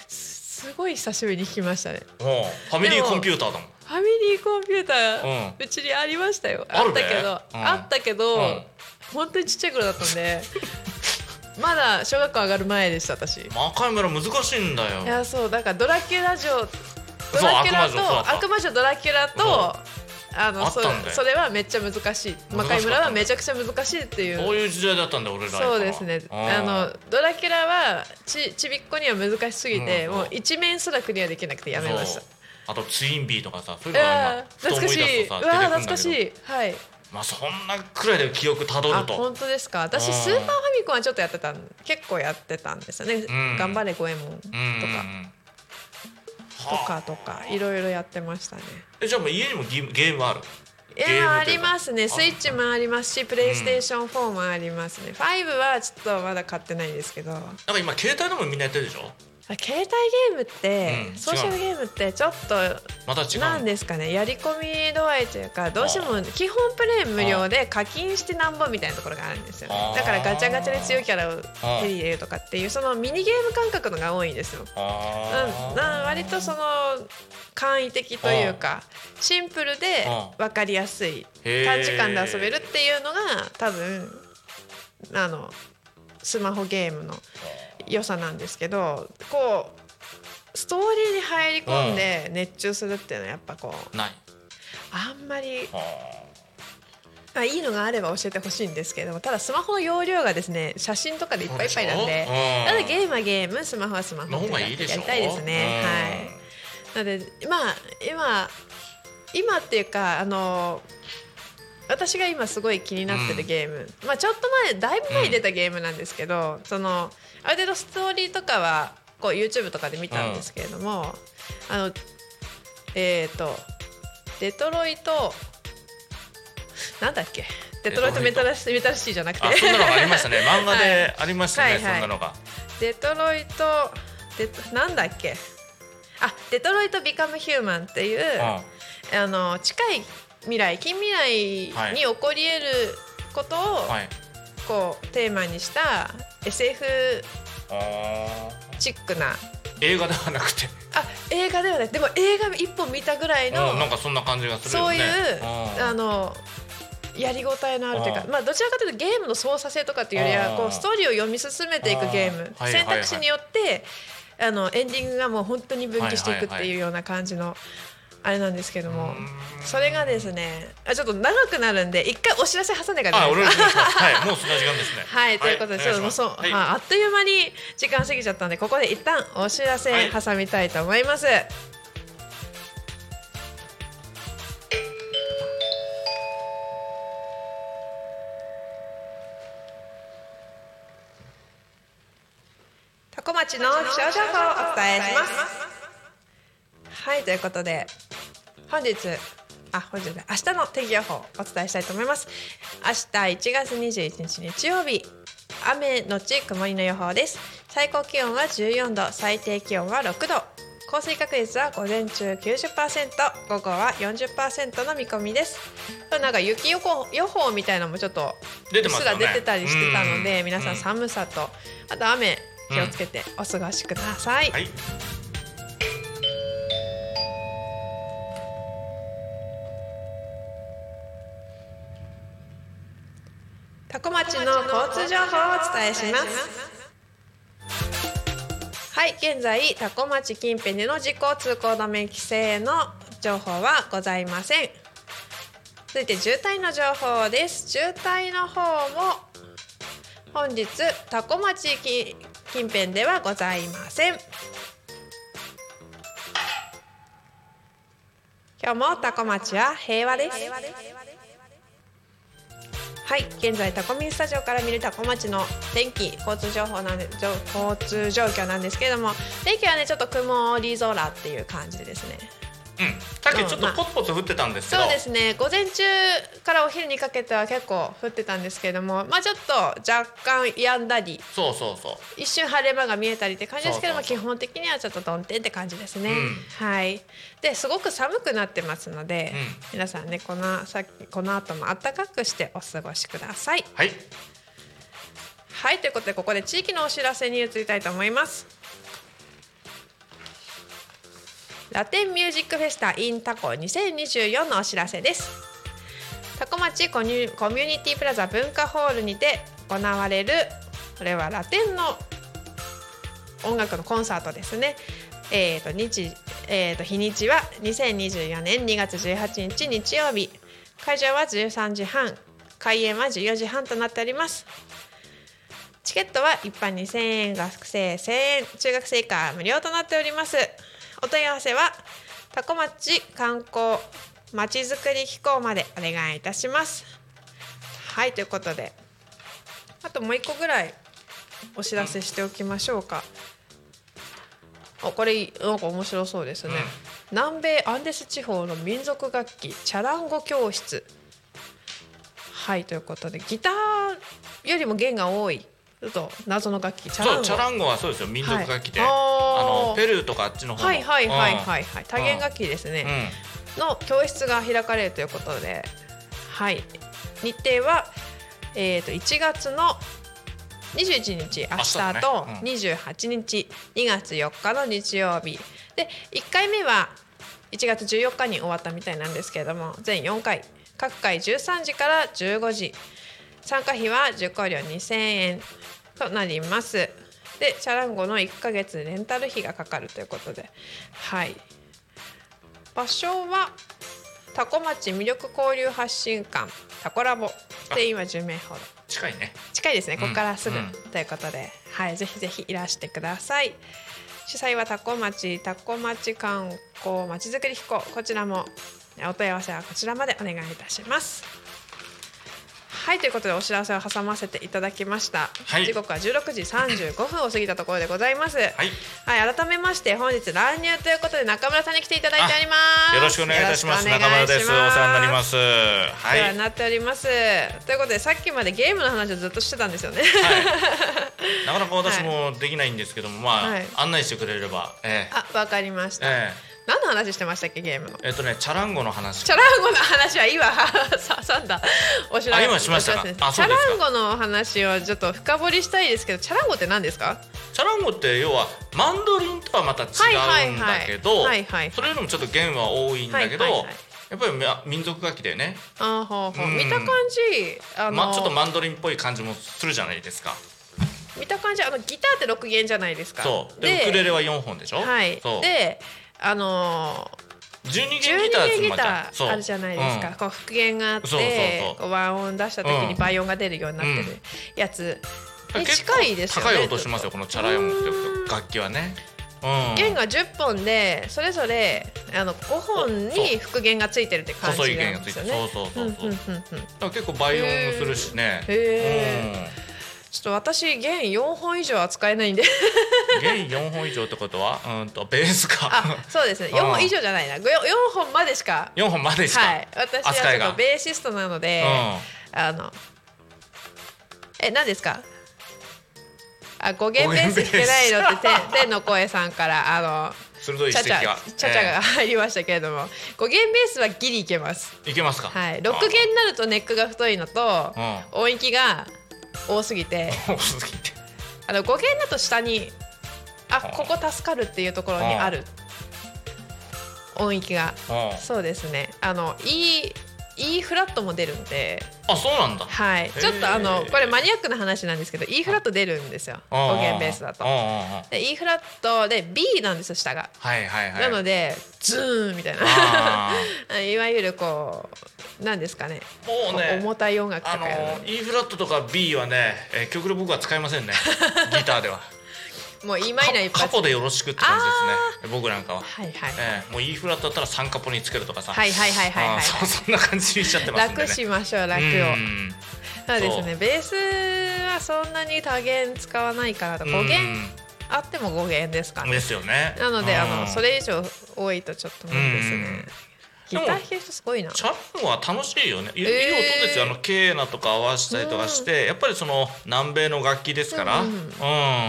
すすごい久しぶりに聞きましたね。
うんファミリーコンピューターだもん
ファミリーコンピュータ
うん
ーうちにありましたよ、
あ
あ
る
っ
ね
たけど、
うん
あったけど、
うん
本当にちっちゃい頃だったんで まだ小学校上がる前でした私い
魔界村難しいんだよ
やそうだからドラキュラ城ド
そう
ラキュラ
悪魔城そうだ
と
った
悪魔女ドラキュラとあの
あった
そ
んだよ
それはめっちゃ難しい魔界村はめちゃくちゃ難しいっていう
そういう時代だったんだよ俺ら
そうですね
うん
あのドラキュラはちちびっこには難しすぎて、
うん
もう一面すらクリアできなくてやめました
そうあとツインビーとかさそうい
い
うのが
やー
今
懐かしい
ふ
う
と
わ
思い出すとさ
ー
出て
懐かし
くるんだけど
いはい
まあそんなくらいで記憶たど
あ
ると
本当ですか私
うん
スーパーファミコンはちょっとやってたん結構やってたんですよね「
ん
頑張れ五右衛門」と
うんうんうん
か、
はあ
とかとかいろいろやってましたね
えじゃあもう家にもゲームゲームある
い
ゲームという
や
か
ーありますね
あ
スイッチもありますしプレイステーション4もありますね、5はちょっとまだ買ってないんですけど
なんか今携帯でもみんなやってるでしょ
携帯ゲームって、
うん
ソーシャルゲームってちょっと
また違う
なんですかねやり込み度合いというかどうしても基本プレイ無料で課金してなんぼみたいなところがあるんですよね
あー
だからガチャガチャで強いキャラを手に入れるとかっていうそのミニゲーム感覚のが多いんですよ。
あ
うん、
ー
な割とその簡易的というかシンプルで
うん
分かりやすい
へー
短時間で遊べるっていうのが多分あのスマホゲームの良さなんですけどこうストーリーに入り込んで熱中するっていうのはやっぱこう
ない
あんまり
あ
まあいいのがあれば教えてほしいんですけれどもただスマホの容量がですね写真とかでいっぱいいっぱいなんで
そうでしょうん
ただゲームはゲームスマホはスマ
の
ホっ
方
て
が
や
いいでしょ
やりたいですね。はいなのでまあ今今っていうかあの私が今すごい気になってるゲーム、まあちょっと前だいぶ前に出たゲームなんですけど、そのある程度ストーリーとかはこう YouTube とかで見たんですけれども、あのえっ、とデトロイトなんだっけデトロイトメタルシメタルシティじゃなくて
あそんなのがありましたね漫画
は
で
い
ありましたね、
はいはい
そんなのが
デトロイトデトなんだっけあデトロイト・ビカム・ヒューマンっていう、
うん
あの近い未来近未来に起こり得ることを、
はい
こうテーマにした SF
あ
チックな
ー映画ではなくて
あ映画ではないでも映画一本見たぐらいの、
うんなんかそんな感じがするよ
そうい
ね
う、
うん
あのやりごたえのあるというか
うん
まあ、どちらかというとゲームの操作性とかっていうより
う
は
ん
こうストーリーを読み進めていくゲーム
うんはいはい
選
はい
択肢によってあのエンディングがもう本当に分岐していくっていうような感じのあれなんですけどもそれがですねあちょっと長くなるんで一回お知らせ挟んでから
あ、
いい
お
です
願い
か
します。はい、もうそんな時間ですね。
はい、ということで、ちょっともうそう、
はい、
まあ、あっという間に時間過ぎちゃったんで、ここで一旦お知らせ
はい
挟みたいと思います。多古町の気象情報をお伝えします。はい、ということで、本日あ本日じゃない明日の天気予報をお伝えしたいと思います明日1月21日日曜日雨のち曇りの予報です最高気温は14度最低気温は6度降水確率は午前中90%午後は40%の見込みですなんか雪予報予報みたいなのもちょっと
出
う
て
っ
ますすよ
ら
ね
出てたりしてたので、
うん
皆さ
うん
ん寒さとあと雨気をつけてお過ごしください、
はい、
多古町の交通情報をお伝えします。はい、現在多古町近辺での事故通行止め規制の情報はございません。続いて渋滞の情報です。渋滞の方も本日多古町近近辺ではございません。今日も多古町は平和です。はい、現在タコミンスタジオから見るタコ町の天気、交通情報なんで、じょ交通状況なんですけれども、天気はねちょっと曇り空っていう感じですね。
うん、さっきちょっとポツポツ降ってたんですけど。
そうですね。午前中からお昼にかけては結構降ってたんですけれども、まあちょっと若干止んだり、
そうそうそう。
一瞬晴れ間が見えたりって感じですけども、
そうそうそう
基本的にはちょっとどんてんって感じですね。
う
はい。で、すごく寒くなってますので、
うん
皆さんねこのさこの後も暖かくしてお過ごしください。
はい、
はい、ということでここで地域のお知らせに移りたいと思います。ラテンミュージックフェスタ in タコ2024のお知らせです。タコ町コニュコミュニティプラザ文化ホールにて行われるこれはラテンの音楽のコンサートですね。えーと日えーと日にちは2024年2月18日日曜日会場は13時半開演は14時半となっておりますチケットは一般2000円学生1000円中学生以下無料となっておりますお問い合わせはタコ町観光まちづくり機構までお願いいたしますはいということであともう一個ぐらいお知らせしておきましょうかおこれなんか面白そうですね、南米アンデス地方の民族楽器チャランゴ教室はいということでギターよりも弦が多いと謎の楽器チャラン
そう
ゴ
チャランゴはそうですよ民族楽器で、
はい
あ
あー
のペルーとかあっちの方の
はいはいはいはいはい多元楽器です
うん
ね、の教室が開かれるということではい日程は、えー、と1月の21日明日
明日
と
ねうん
28日、2月4日の日曜日で1回目は1月14日に終わったみたいなんですけれども全4回各回13時から15時参加費は受講料2000円となりますでチャランゴの1ヶ月レンタル費がかかるということではい場所はタコ町魅力交流発信館タコラボで今10名ほど
近いね
近いですねここからすぐ、
うん
ということで、はい、ぜひぜひいらしてください主催はタコ町タコ町観光まちづくり機構こちらもお問い合わせはこちらまでお願いいたしますはいということでお知らせを挟ませていただきました、
はい
時刻は16時35分を過ぎたところでございますはい
はい
改めまして本日乱入ということで中村さんに来ていただいております
よろしくお願いいたします
よろく
中
お願
村
いし
ですお世話になりますは
お
い
世話になっております。ということでさっきまでゲームの話をずっとしてたんですよね。
はいなかなか私もできないんですけども、まあ、
はい
案内してくれれば、ええ
あわかりました、
え
何の話してましたっけゲームの。
ええっとね、チャランゴの話。
チャランゴの話は今 挟んだお知ら
あ
せ
今しましたか
お知らせです
あ
チ
そ
ャ
うですか
ランゴの話をちょっと深掘りしたいですけどチャランゴって何ですか
チャランゴって要はマンドリンとはまた違うんだけど、
はいはいはいはいはい
それよりもちょっと弦は多いんだけど、
はいはいはい
やっぱりま民族楽器だよね、
あーほうほう
うん
見た感じあの、
ま、ちょっとマンドリンっぽい感じもするじゃないですか
見た感じあのギターって6弦じゃないですか。
そうでウクレレは4本でしょ、
はい
そう
であのー
12弦ギ
12
ター
弦
つ
ギ
ま
タ
そう
ーあるじゃないですか、
うん
こう復元があって
そうそうそう
こう和音出した時に
うん
倍音が出るようになって
う
るやつに
結構
近いですよね。
高い音しますよこのチャランゴって楽器はね、うん、
弦が10本でそれぞれあの5本に復元がついてるって感じ
細い
な
弦が
ん
つ
で
い
す
て
よ
る
ね。
そうそうそう
う
そう、
ん
だか
うんうんうん
ら結構倍音もするしね
へちょっと私弦4本以上は使えないん で
うん、弦4本以上ってことはうんとベースか
あそうですね
うん
4本以上じゃないな 4, 本までしか
4本までしか、
はい私は
扱い
ちょっ
が
とベーシストなので、あのえ何ですかあ五弦ベース弾けないのってて天の声さんからあ
うん、鋭
の
い
チャ
指摘
チャ
が
チャチャが入りましたけれども五弦ベースはギリいけます
ええいけますか
はい六弦になるとネックが太いのと
あ
音域が多すぎて
うん続いて
あの五弦だと下にあ
あ
ここ助かるっていうところにある音域が
うん
そうですねあの E E フラットも出るんで
あそうなんだ
はい、ちょっとあの
へー
これマニアックな話なんですけど E フラット出るんですよ
うん
5弦ベースだと
うん。うんうん
で E フラットで B なんですよ下が。
はいはいはい
なのでズーンみたい
あ
な いわゆるこうなんですかね
もうね
重たい音楽と
あの
かやる
ー E フラットとか B はね、えー、極力僕は使いませんねギターでは
もうイマイナ一
カ
発。
ポでよろしくって感じですね僕なんかは、
はいはい、
えー、もう E フラットだったら3カポにつけるとかさ
はいはいはいはいはい
あーそう そんな感じにしちゃってますんでね
楽しましょう楽を
うん
そうです
そ
ねベースはそんなに多弦使わないからと5弦あっても5弦ですか
うん
ね
ですよね
なのであ
うん
のそれ以上多いとちょっと無理ですねギ
うん
ター弾ける人すごいな
チャランゴは楽しいよねいいい音
えー
ですよあのケーナとか合わせたりとかして、やっぱりその南米の楽器ですから、
う
う
う
んん
ん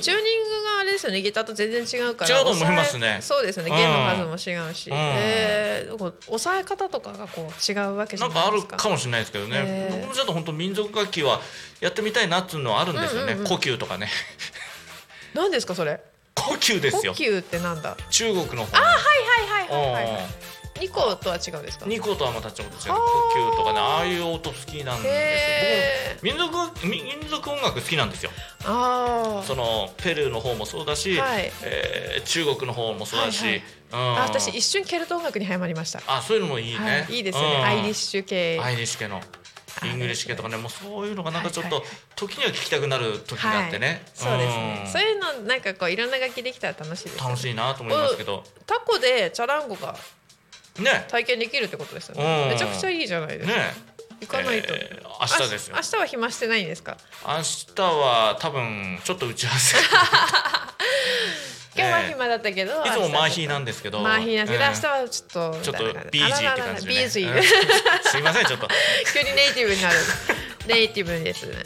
チューニングがあれですよねギターと全然違うから
違うと思いますね
抑えそうですよね
うん
弦の数も違うし、
うん
えーこう抑え方とかがこう違うわけじ
な
ゃ
んか
な
あ
いで
る
すか
かもしれないですけどね、
えー
僕もちょっと本当民族楽器はやってみたいなっていうのはあるんですよね、
うんうんうん
呼吸とかね
何ですかそれ
呼吸で
呼
すよ
吸ってなんだ
中国の方
はいはいはいはいはい
うん
二個とは違うんですか
ニコとはまたちょっと違う呼
はあ
吸とかねああいう音好きなんで
へえ
すよ僕も民族民民族音楽好きなんですよ
あー
そのペルーの方もそうだし、
はい
えー中国の方もそうだし、
はい
うん
あ私一瞬ケルト音楽にはまりました
あそういうのもいいね、
はい、いいですよね、
うん
アイリッシュ系
アイリッシュ系の
あ
イングリッシュ系とかねもうそういうのがなんかちょっ
は
と
いはい
時には聴きたくなる時があってね、
そうですね、
ん
そういうのなんかこういろんな楽器できたら楽しいですよね
楽しいなと思いますけど
タコでチャランゴが
ね
体験できるってことですよね
うん
めちゃくちゃいいじゃないです
ね
か、行かないと、
えー明日ですよ
あし明日は暇してないんですか
明日は多分ちょっと打ち合わ せ
今日は
ね
暇だったけど、
いつもマーヒー
な
なんですけど
マーヒーなんですけど、
えー
明日はちょっと
ちょっと
みたいな
ビージーっ て
あららら
感じで、ね、
ビージー
うんすいませんちょっと
急にネイティブになるネイティブですね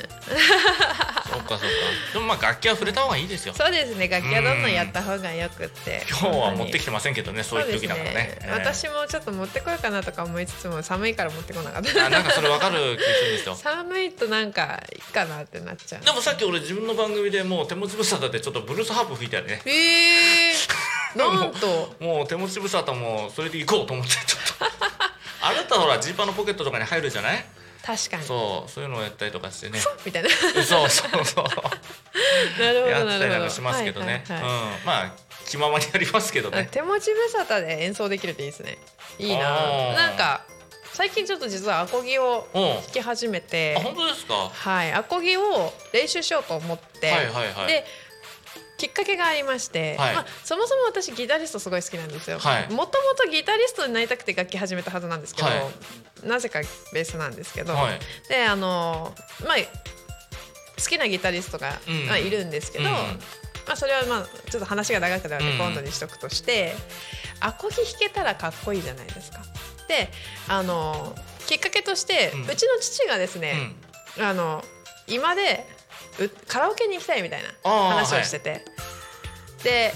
そっかそっかでもまあ楽器は触れた方がいいですよ
そうですね楽器はどんどんやった方がよくって
今日は持ってきてませんけどねそう
そう
い
で
う
す
時だからねえー
私もちょっと持ってこようかなとか思いつつも寒いから持ってこな かっ
あなん
た
かそれわかる気がするんですよ
寒いとなんかいいかなってなっちゃう
でもさっき俺自分の番組でもう手持ち無沙汰でちょっとブルースハープ吹いたりね
え ー、なんと
もう手持ち無沙汰もそれで行こうと思ってちょ っとあなたほらジーパンのポケットとかに入るじゃない
確かに
そうそういうのをやったりとかしてね
みたいな
そうそうそう
なるほ
や
ど
っ
な
たり
る
なん
ほ
か
ど
しますけどね、
はいはいはい
うんまあ気ままにやりますけど
あ
ね
手持ち無沙汰で演奏できるっていいですねいいな
あー
なんか最近ちょっと実 はアコギを
うんあ
弾き始めて
本当ですかは
はいアコギを練習しようと思って、
いはいはい
できっかけがありまして、
はい
まあ、そもそも私ギタリストすごい好きなんですよ、
はい
もともとギタリストになりたくて楽器始めたはずなんですけど、
は
なぜかベースなんですけど、
はい
であのーまあ好きなギタリストが、
うん
まあ、いるんですけど、
うん
まあ、それはまあちょっと話が長くなるの
うん
で今度にしとくとして、アコギ弾けたらかっこいいじゃないですか。であのーきっかけとして、う
うん
ちの父がです
う
ね、
ん
あの今でうカラオケに行きたいみたいな
あー
話をしてて、で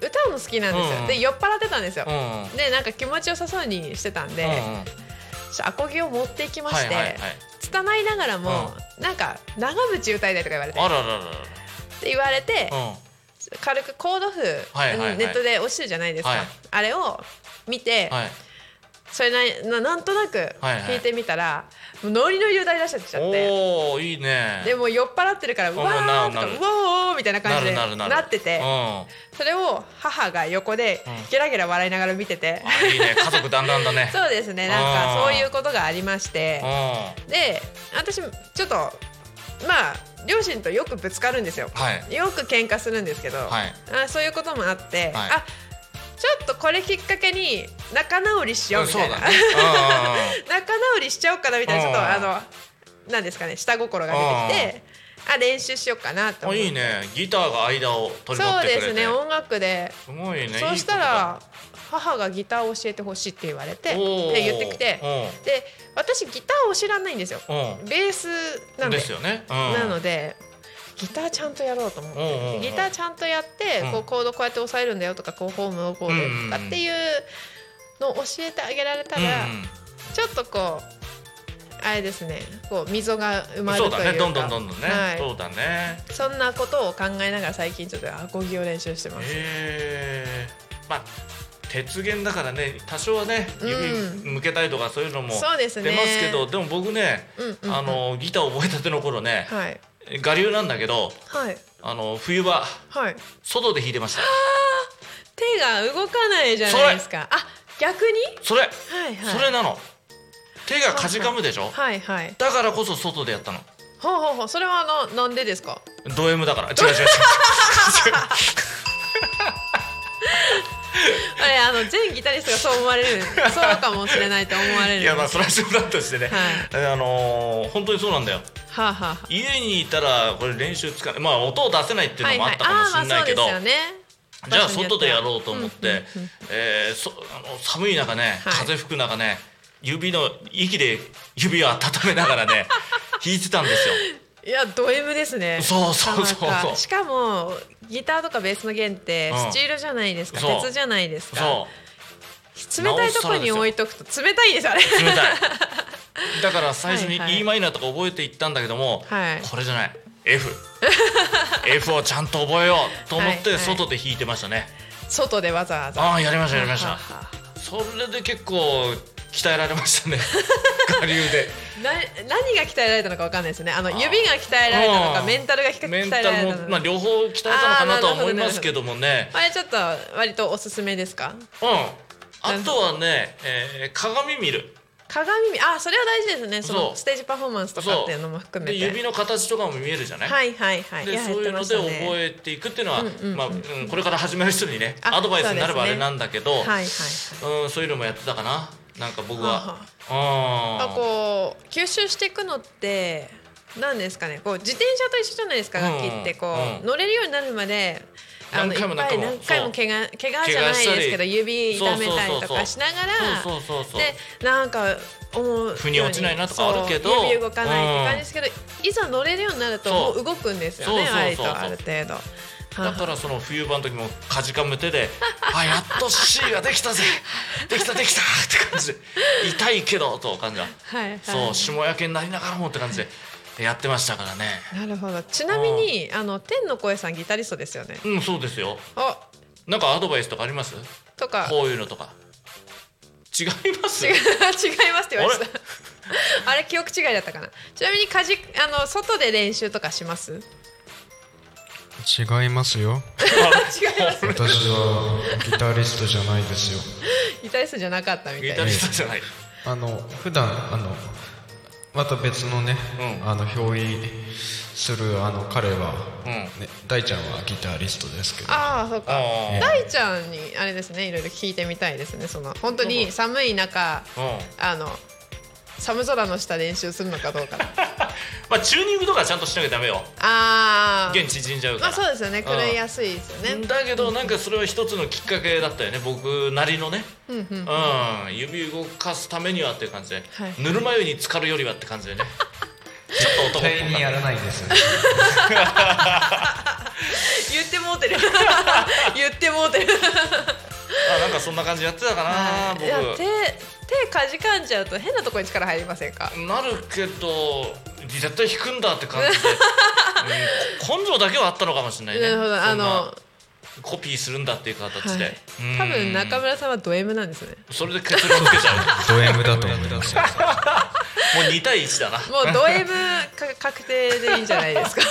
歌うの好きなんですよ、
うんうん
で酔っ払ってたんですよ、
うんうんうん
でなんか気持ちよさそうにしてたんで、ちょっとアコギを持っていきま
は
し
い
て、
はいはい
拙いながらも、なんか長渕歌いたいとか言われて
あららら
って言われて、
らうん
軽くコード譜、
はいはいはい
ネットで落ちてるじゃないですか、
はい
あれを見て、
はい
それなななんとなく
はいはい
弾いてみたら、もうノリノリで歌い出しちゃっちゃって。
おおーいいね
でもう酔っ払ってるから「う
もう
わー」と
な
か「
る
う
なる
おー」みたいな感じで
なるなるなる
なって
うん
て
あ
それを母が横で
うん
ゲラゲラ笑いながら見てて
いいね家族だんだんだね
そうですねなんかそういうことがありまして
うんは
で私ちょっとまあ両親とよくぶつかるんですよ、
い
よく喧嘩するんですけど、
はい
あそういうこともあって、
はい
あちょっとこれきっかけに仲直りしようみ
そう
たいな、
だね
仲直りしちゃおうかなみたいなちょっ
う
と
ん
あのなんですかね下心が出てきてあ練習しようかなと
うんう
思
ん
って
あいいねギターが間を取り持
そ
っ
う
て
で
くれ
す
て
ね音楽です
ごいね
そうしたら母がギターを教えてほしいって言われて
いいことだ
で言ってきて
お
で私ギターを知らないんですよ
ーうん
ベースなんで
ですよね、うん、
なのでギターちゃんとやろうと思って、
うんうんうん
ギターちゃんとやって、
うん
こうコードこうやって押さえるんだよとかこうフォームをこうでとかっていうのを教えてあげられた
うん
ら、
うん
ちょっとこうあれですねこう溝が生まれ
そ
る
う
と
だ
いうか
ねどんどんどんどんね、
は
そうだね
い、そんなことを考えながら最近ちょっとアコギを練習してます、
えー、まあ鉄弦だからね多少はね
うん
指向けたりとかそういうのも
そうですね
出ますけど、でも僕ね、
うんうんうん
あのギター覚えたての頃ね、
はい
我流なんだけど
はい
あの冬場
はい
外で弾いてました
手が動かないじゃないですかあ逆に
それ、
はいはい
それなの手がかじかむでしょ
はいはい
だからこそ外でやったの
ほうほうほうそれはあのなんでですか
ド M だから違う違う違う
あれあの全ギタリストがそう思われ るそうかもしれないと思われる
いやまあそれはそうだとしてね、あのー本当にそうなんだよ
はあ、はあは
家にいたらこれ練習つかないまあ音を出せないって
あ、
いうのもあったかもしれないけど、
はいはいあーまあそうですよね
じゃあ
場所によ
外
って
で
は
やろうと思って、
うんうん
えーそあの寒い中ね
はい
風吹く中ね、指の息で指を温めなが らね弾いてたんですよ
いやド M ですね
そうそうそうそう
なかなかしかもギターとかベースの弦って
うん
スチールじゃないですか、
そう
鉄じゃないですか
そ
冷たいところに置いとくと冷たいですあれ
う冷たい だから最初に
はいはい
e マイナーとか覚えていったんだけども、
はい
これじゃない F F をちゃんと覚えようと思
は
って
いはい
外で弾いてましたね、
外でわざわざ
ああやりましたやりました
はあは
それで結構鍛えられました ね我流で
あな何が鍛えられたのかわかんないですねあの
ー
指が鍛えられたのか
うん
メンタルが鍛えら
メ
れ
ン
たの
タ
か
ルも、まあ、両方鍛えたのかなとは思いますけどもね
あれちょっと割とおすすめですか
うんあとはね、えー鏡見る
鏡見あそれは大事ですねそ
そ
の
う
ステージパフォーマンスとかっていうのも含め
で
て
指の形とかも見えるじゃない、
はいはいはい
で
や
そういうので覚えていくっていうのは、
うんうんうん
まあうん、これから始める人にね
あ
アドバイスになれば
そう
あ
ですね
れなんだけど
はいはいはい
うん、そういうのもやってたかななんか僕は。
あこう吸収していくのってなんですかねこう自転車と一緒じゃないですか
うん
楽器ってこう、
うん
乗れるようになるまであの
何回
い
も
っぱい
何
何
回
回
も
も怪我怪我じゃないですけど
怪我したり
指痛めたりとかしながら
そうそうそうそう
でなんか思う
腑に落ちないなとかあるけど
そう指動かないって感じですけど、いざ乗れるようになるとも
そう
う動くんですよね
そうそうそうそう
割とある程度。
だからその冬場の時もかじかむ手 で「あやっと C ができたぜできたできた」って感じで痛いけどと感じが
はいはい、
そう霜焼けになりながらもって感じでやってましたからね
なるほどちなみにあの天の声さんギタリストですよね
うんそうですよ
あ
なんかアドバイスとかあります
とか
こういうのとか違います
違う 違いますって言われてたあれ記憶違いだったかなちなみにかじあの外で練習とかします
違いますよ私はギタリストじゃないですよ
ギタリストじゃなかったみた
ギ
い
タ
な
リストじゃない
あの普段あのまた別のね、
うん
あの表意するあの彼は、
うん
ね、大ちゃんはギタリストですけど
ああそっ
あ
か大ちゃんにあれですねいろいろ聞いてみたいですねその本当に寒い中
あうん
あの寒空の下練習するのかどう か
まあチューニングとかちゃんとしなきゃダメよ
ああ
現地縮んじゃう
ま
から
あそうですよね狂いやすいですよね
だけどなんかそれは一つのきっかけだったよね僕なりのね、
うんうん
うん、指動かすためにはっていう感じで、
はい
ぬるま湯に浸かるよりはって感じで ねちょっと男っぽ
絶
く
対に
な
や
る
らないですよね
言ってもうてる 言ってもう てる
あなんかそんな感じやってたかな、
はいいや手
僕
手かじかんじゃうと変なところに力入りませんか
なるけど絶対引くんだって感 じで、うん根性だけはあったのかもしれないね
なるほどあ
そんな
の
コピーするんだっていう形で、
はい
うん
多分中村さんはド M なんですね
それで結論つけちゃう
ド M だと思いますよ
もう2対1だな
もうド M か確定でいいんじゃない ですか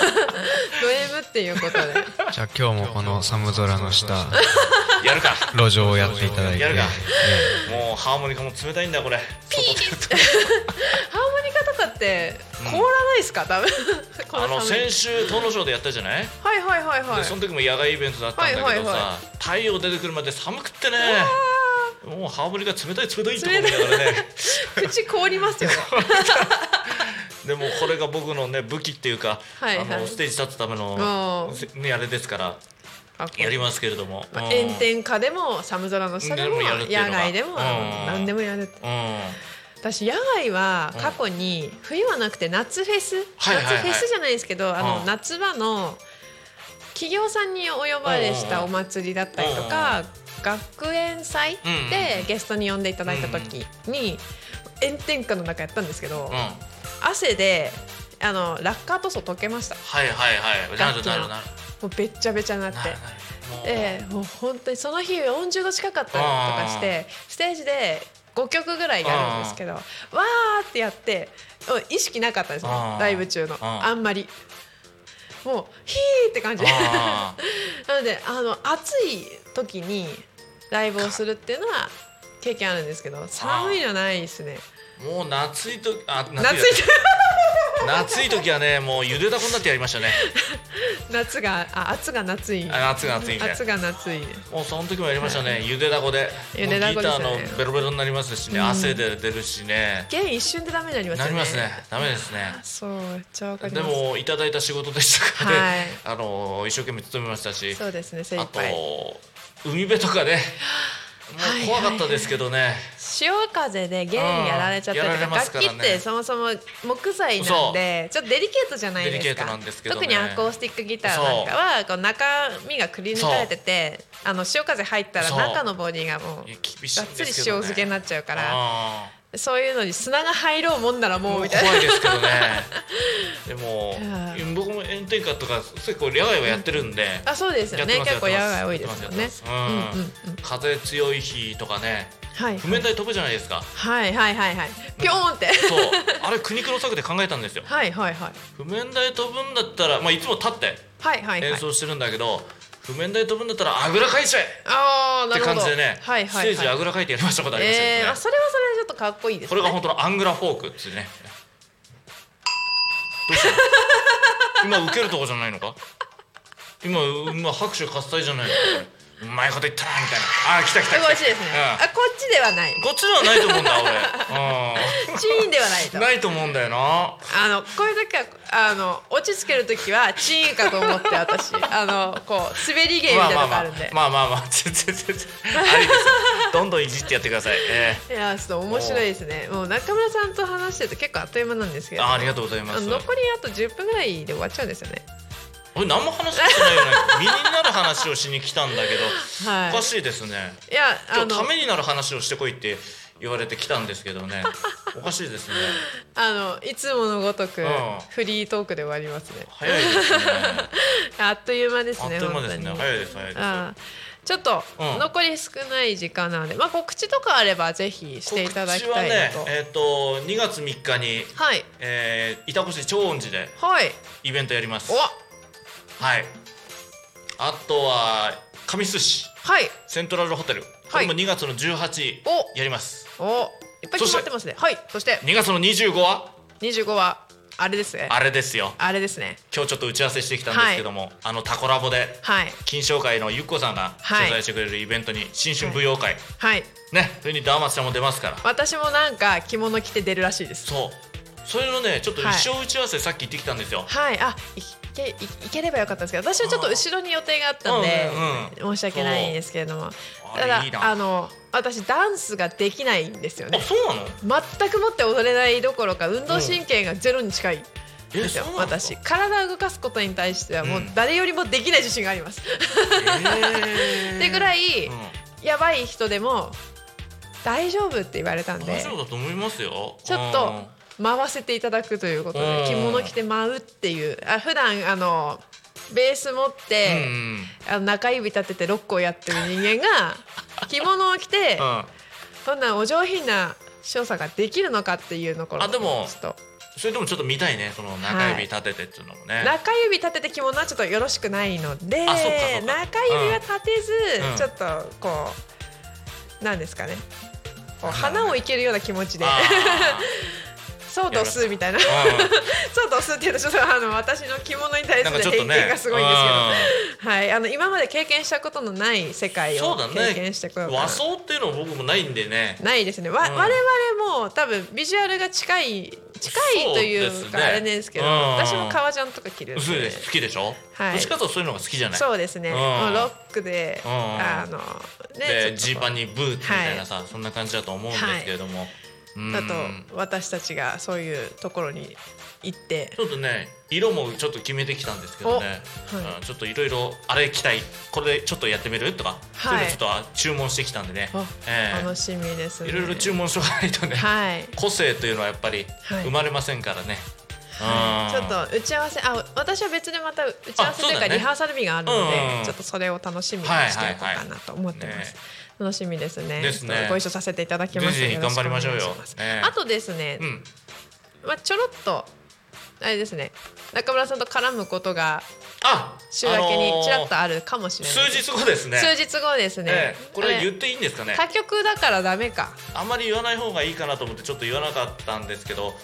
ド M っていうことで
じゃあ今日もこの寒空の下
やるか
路上をやっていただいて
やるか
ね
もうハーモニカも冷たいんだこれ外で
ハーモニカとかって凍らないですか多分こ
あの
寒い
先週東野省でやったじゃない、
はいはいはいは
で
い
その時も野外イベントだったんだけどさ、
はいはいは
太陽出てくるまで寒くってねもうハーモニカ冷たい冷たいとか思いながらね
口凍り ますよね
でもこれが僕のね武器っていうか、
はいはい
あのステージ立つための
あー
ねあれですから
あ
やりますけれども、
まあ
うん
炎天下でも寒空の下でも
でもやるっていうのが
野外でも
うん
何でもやるって
うん
私野外は過去に冬はなくて夏フェス、
はいはいはい
夏フェスじゃないですけどあの、
うん
夏場の企業さんにお呼ばれしたお祭りだったりとか、学園祭
うん
でゲストに呼んでいただいた時に、炎天下の中やったんですけど、
うんはい
汗であのラッカー塗装溶けました
はいはいなるなるなる
もうべっちゃべちゃになって
な。るもう
でもう本当にその日40度近かったりとかしてステージで5曲ぐらいやるんですけどわーってやってうん意識なかったですね
あー
ライブ中の
あー
あんまりもうヒーって感じ な
あー
のであの暑い時にライブをするっていうのは経験あるんですけど寒いのはないですね
もう夏いとあ夏いだ
夏い
夏い時はねもうゆでだこになってやりまし たね
夏があ暑が夏い
あ夏が暑いみたいな
暑が夏い
もうその時もやりました ね、ゆでだこで
ゆでだこですよね
もうギターのベロベロになりますしね、汗で出るしね
弦一瞬でダメになりますよ
な
ね
りますねダメですね
そうめっちゃわかり
で
ます
もいただいた仕事でしたからね、
はい
あの一生懸命勤めましたし
そうですね精
あ
一
と
杯
海辺とかね
はい
もう怖かったですけどね、
潮風で弦やられちゃったり
うんやられ
とか
ます
楽
からね
器ってそもそも木材なんでちょっとデリケートじゃない
デリ
です
ケートな
か
んですけどね
特にアコースティックギターなんかはこう中身がくり抜かれててあの潮風入ったら
そう
中のボディがもう
いや厳しい
がっ
ん
つ
で
り
す
塩
けどね
漬けになっちゃうから
あ
そういうのに砂が入ろうもんなら
ー
もう
もう
みたいな
怖いですけどねでも
うん
僕も炎天下とか結構野外はやってるんで、
あそうですよね
やって
結
ます
構野外多いですもん
や
ね
ってますやっ
う
てます
んうん
うん風強い日とかね
はい
譜面台飛ぶじゃないですか
はいはいはいはいピョーンって
そう あれ苦肉の策で考えたんですよ
はいはいはい
譜面台飛ぶんだったらまあいつも立って
はいはいは
演
い
奏してるんだけど譜面台飛ぶんだったらあぐらかいちゃえ
ああ
っ
な
て
るほ
感
ど
じでね
はい
ス
は
テ
い
ージで
は
あ
い
ぐらかいてやりましたことありました
え
け
ー
ど
あ
ね
それはそれでちょっとかっこいいです
これが本当のアングラフォークっていうねど うしたの今受けるとこじゃないのか今今拍手喝采じゃないのかうまいこと言ったなみたいなあー来た来た来た
こっちですね、あこっちではない
うん、こっちではないと思うんだ俺、
チーンではないと
うん、ないと思うんだよな
あのこういう時はあの落ち着ける時はチーンかと思って私あのこう滑り芸み
ま
たい
あ
な
まあ
のが
ま
あ
あ
るんで、
まあまあまあ全然全然ありですよどんどんいじってやってください、え
いやちょっと面白いですねもう中村さんと話してると結構あっという間なんですけ
ー、
ど
あーありがとうございま
あ
す
の残りあと10分ぐらいで終わっちゃうんですよね
俺何も話してないよね身になる話をしに来たんだけど、
はい
おかしいですね
いやあ
今
の
日ためになる話をしてこいって言われて来たんですけど ねおかしいですね
あのいつものごとく
うん
フリートークで終わりますね
早いですね
あっという間です
あっと
ね
いう間です
本
ね
当に
早いです早いです
あーちょっと
うん
残り少ない時間なので、まあ告知とかあればぜひしていただきたいなと
告知はねえっ、と2月3日に、
はい
えー、板越長音寺で
はい
イベントやります
お
はいあとは神栖市
はい
セントラルホテル、これも2月の18
お
やります
おいっぱい決まってますねはいそして
2月の25は
25はあれですね
あれですよ
あれですね
今日ちょっと打ち合わせしてきたんですけども、あのタコラボで
はい
金賞会のゆっこさんが主
はい
催してくれるイベントに新春舞踊会、
はい
ねそれにダーマツちゃんも出ますから
私もなんか着物着て出るらしいです
そうそれのねちょっと
はい
一生打ち合わせさっき行ってきたんですよ、
はいあいけいいければよかったんですけど私はちょっと後ろに予定があったんで、
うんうん
申し訳ないんですけれども
そう
た
あ
だ
れいいな
あの私ダンスができないんですよ
あ
ね
そうなの
全くもって踊れないどころか運動神経がゼロに近いん
え
ですよ、
そうなんです
私
か
体を動かすことに対してはもううん誰よりもできない自信があります、
え
ってぐらい、
ーうん
やばい人でも大丈夫って言われたんで
大丈夫だと思いますよ
ちょっ
うん
と回せていただくということで
うん
着物着て舞うっていうあ普段あのベース持っ
うん
て、あの中指立ててロックをやってる人間が 着物を着て、
うん、うん、
そんなお上品な所作ができるのかっていうところ
あでも
ちょっと
それでもちょっと見たいねその中指立ててっていうのもね、
中指立てて着物はちょっとよろしくないので
あそっかそっか
中指は立てず、
うん
ちょっとこうなんですかねこう花をいけるような気持ちで
あ
そうどすみたい な。
ーうん
そうどすっていうとちょっとあの私の着物に対
なんかち
す
ょっ
る
と
偏見
ね
がすごいんですけど、はいあの今まで経験したことのない世界
そ
を
うだ
経
ね
験してこようかな
和装っていうの僕もないんでね
ないですね。わ、
うん
我々も多分ビジュアルが近い近いという
そうです
か
ね
あれですけど、
うん
私も革ジャンとか着るん
そうです好きでしょ、
はい
どっちかというとそういうのが好きじゃない
そうですね。
うん
もうロックで、
うん
あの
で
ね
ジーパンにブーツみたいなさ、そんな感じだと思うんですけれども、うん
だと私たちがそういうところに行って
ちょっとね色もちょっと決めてきたんですけどね、
おはい
うんちょっといろいろあれ着たいこれちょっとやってみるとか、そういうのちょっとあ注文してきたんでね
お、
ええ
楽しみですね。
いろいろ注文しとかないとね、
はい。
個性というのはやっぱり
はい
生まれませんからね、うん
ちょっと打ち合わせあ私は別でまた打ち合わせという
あそう
か
だね
リハーサル日があるので、
うん
ちょっとそれを楽しみに
はい
して
は
お
い
こうかなと思ってます、
はいね
楽しみですね
ですね
ちょっとご一緒させていただきまして
ぜひぜひ頑張りましょうよ
ろくお願いします
ね
あとですね、
うん
まあ、ちょろっとあれですね中村さんと絡むことが
あ
週明けにちらっと
あ
あるかもし
の
れ
ー
ない、
数日後ですね
数日後ですね、
ええこれ言っ
あ
ていいんですかね
他局だからダメか
あんまり言わない方がいいかなと思ってちょっと言わなかったんですけど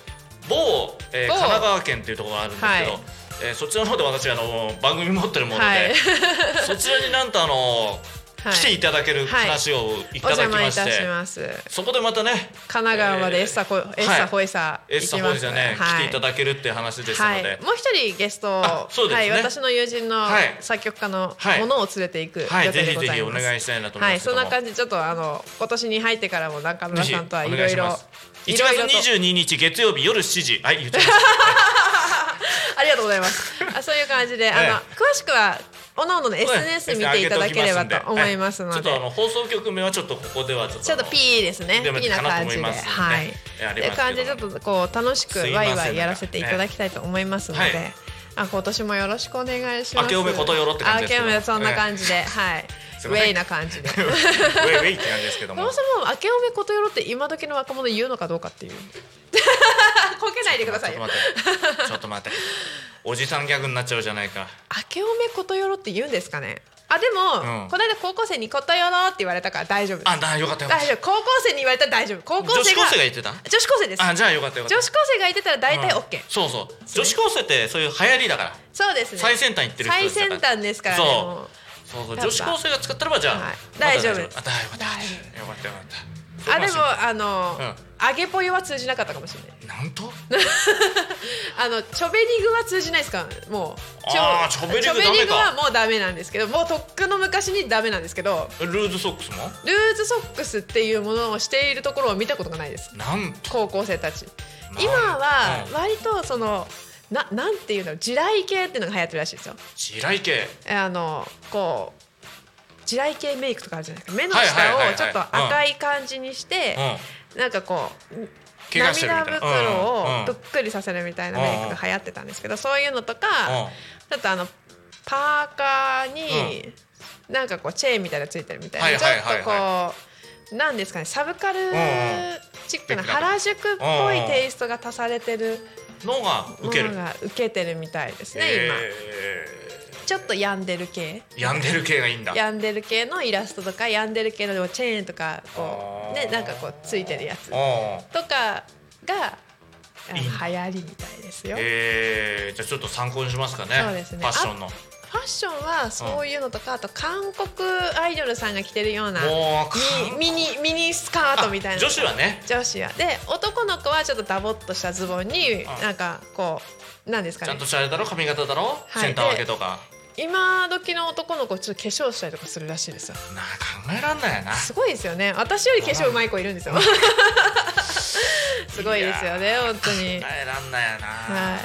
某、えー
某
神奈川県っていうところがあるんですけど、
はい
えーそちらの方で私あの番組持ってるもので、
はい
そちらになんとあの、
はい
来ていただける話をい
お
ただ
邪
き
魔
ま
い
したて、
します
そこでまたね
神奈川までエッサホ、エッサホエサ
エッ
行
サ
き
ホ
ま
ですすよね、
はい
来ていただけるっていう話でした
は
の
い
で、、
もう一人ゲストを、
あそうです
はい、
ね
私の友人の
はい
作曲家の
はい
ものを連れていく予
は
定
い
でご
ぜひぜ
ざい
ひお
ます。
願いしたいなと思
は
いま
い、
すけ
そ
ど
ん
も
な感じ、ちょっとあの今年に入ってからも中村
ぜひ
さんとはい
お
ろ
願い
い
し
ろ
ます。
い
1
ろいろと
月22日月曜日夜7時はい言っちゃいまし
ありがとうございます。あ、そういう感じで、あの、
ええ
詳しくは各々の
た
SNS 見ていただければと思いますの
ちょ
で
っ、とあの放送局名はちょっとここではちょっと
ちょっとピーですね、ピ
でもい
ー
い
な
かなと
感
思
じ
い
で、
ますんで
はい、
えあ
っ
り
て
ますけど
感じでちょっとこう楽しく
すいま
ワ
せん
イワイやらせていただきたいと思いますので、
はい
あ今年もよろしくお願いします。
明けおめことよろって感じですけど
明けおめそんな感じで、はい、
す
ウ
いません
ェイな感 じで。
ウェイウェイって感じですけど
そ
も
もそも明けおめことよろって今時の若者言うのかどうか っていう。こけないでください
ちょ
よ
っ。と待ってちょっと待っておじさんギャグになっちゃうじゃないか
明けおめことよろって言うんですかね。あでも、
うん
この間高校生にことよろって言われたから大丈夫です。
あなよかったよかっ
大
た
丈夫高校生に言われたら大丈夫高校
女
生
子
が
高生が言ってた
女子高生です
あじゃあよかったよかった
女子高生がいてたら大体 OK、
うんそうそう女子高生ってそういう流行りだから
そうですね
最先端行ってる
最
人ですから
先端ですからね
そう
もう
そうそう
やっぱ
女子高生が使ったらばじゃあ、
はい
まだ
大丈夫です
あ大丈夫だ
大丈
よかったよかった
あでもあの、
う
揚げぽよは通じなかったかもしれない
なんと
あのチョベリグは通じないですかもうちょ
あーチョベリグダメか
チョベリグはもうダメなんですけどもうとっくの昔にダメなんですけど
ルーズソックスも
ルーズソックスっていうものをしているところを見たことがないです
なんと
高校生たち
なん
今は
うん
割とそのななんていうの地雷系っていうのが流行ってるらしいですよ
地雷系
えあのこう地雷系メイクとかあるじゃないですか目の
はいはいはい
下
は
を
い
ちょっと赤い感じにして、
うん
なんかこう
怪我してるみ
涙
たいな
袋をぷっくりさせるみたいなメイクが流行ってたんですけどそういうのとか
うんうん
ちょっとあのパーカーになんかこうチェーンみたいなのついてるみたいなちょ
はいはいはいはい
っとこうなんですかねサブカルチックな
うんうん
原宿っぽいテイストが足されてる
のが
も
受ける
のが受けてるみたいですね
え
今ちょっと病んでる系
ー病んでる系がいいんだ
病んでる系のイラストとか病んでる系のチェーンとかこう
あー
ねなんかこうついてるやつ
うん
とかがあの
い
流
いね
行りみたいですよ。
えー、じゃあちょっと参考にしますかね
そうですね
ファッションの
ファッションはそういうのとかあと韓国アイドルさんが着てるような
もう
ミニミニミニスカートみたいな
女子はね
女子はで男の子はちょっとダボっとしたズボンに
うん
なんかこうなんですか
ちゃ
ね
んとしたあれだろ髪型だろ、
はい
センター分けとか
今時の男の子ちょっと化粧したりとかするらしいですよ
なあ考えらんないよな
すごいですよね私より化粧うまい子いるんです よすごいですよ
い
ね
やー
本当に
考えらんないよな、
はい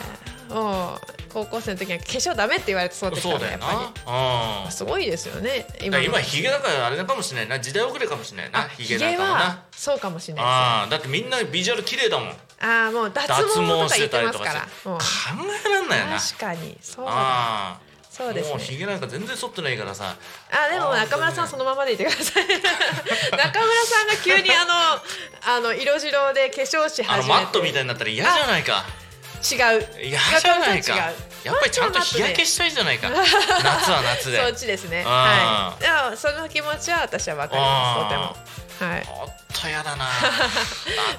もう高校生の時には化粧ダメって言われてそうですか
そう
らね
だ
や
よ
っ
な
ぱ
うん
りすごいですよね
だ
今
から
の
今ヒゲだからあれかもしれないな時代遅れかもしれないな
あ
ヒ
ヒ
ゲなん
ゲ
かも
は
な
そうかもしれないですね
ああだってみんなビジュアル綺麗だもん
ああもう脱毛
脱
と
毛
か
し
言っ
て
て
たり
ま
と
す
か
か
して
ら。うん
考えらんないよな
確かにそうだ。
あ
そ
あ
うです
もうヒ
ね。
ゲなんか全然剃ってないからさ
あでも
あー
中村さん
本
そのままでいてください。 中村さんが急にあのあの色白で化粧し
あの
始
マ
め
ットみたいになったら嫌じゃないか
て違う。
嫌じゃない
中村
か
さん違う
やっぱりちゃんと日焼けしたいじ ゃないか夏は夏で
そっちですね。
あ
はい。でもその気持ちは私はわかり
あ
ます。とても。はい。
おっとや だな
まあ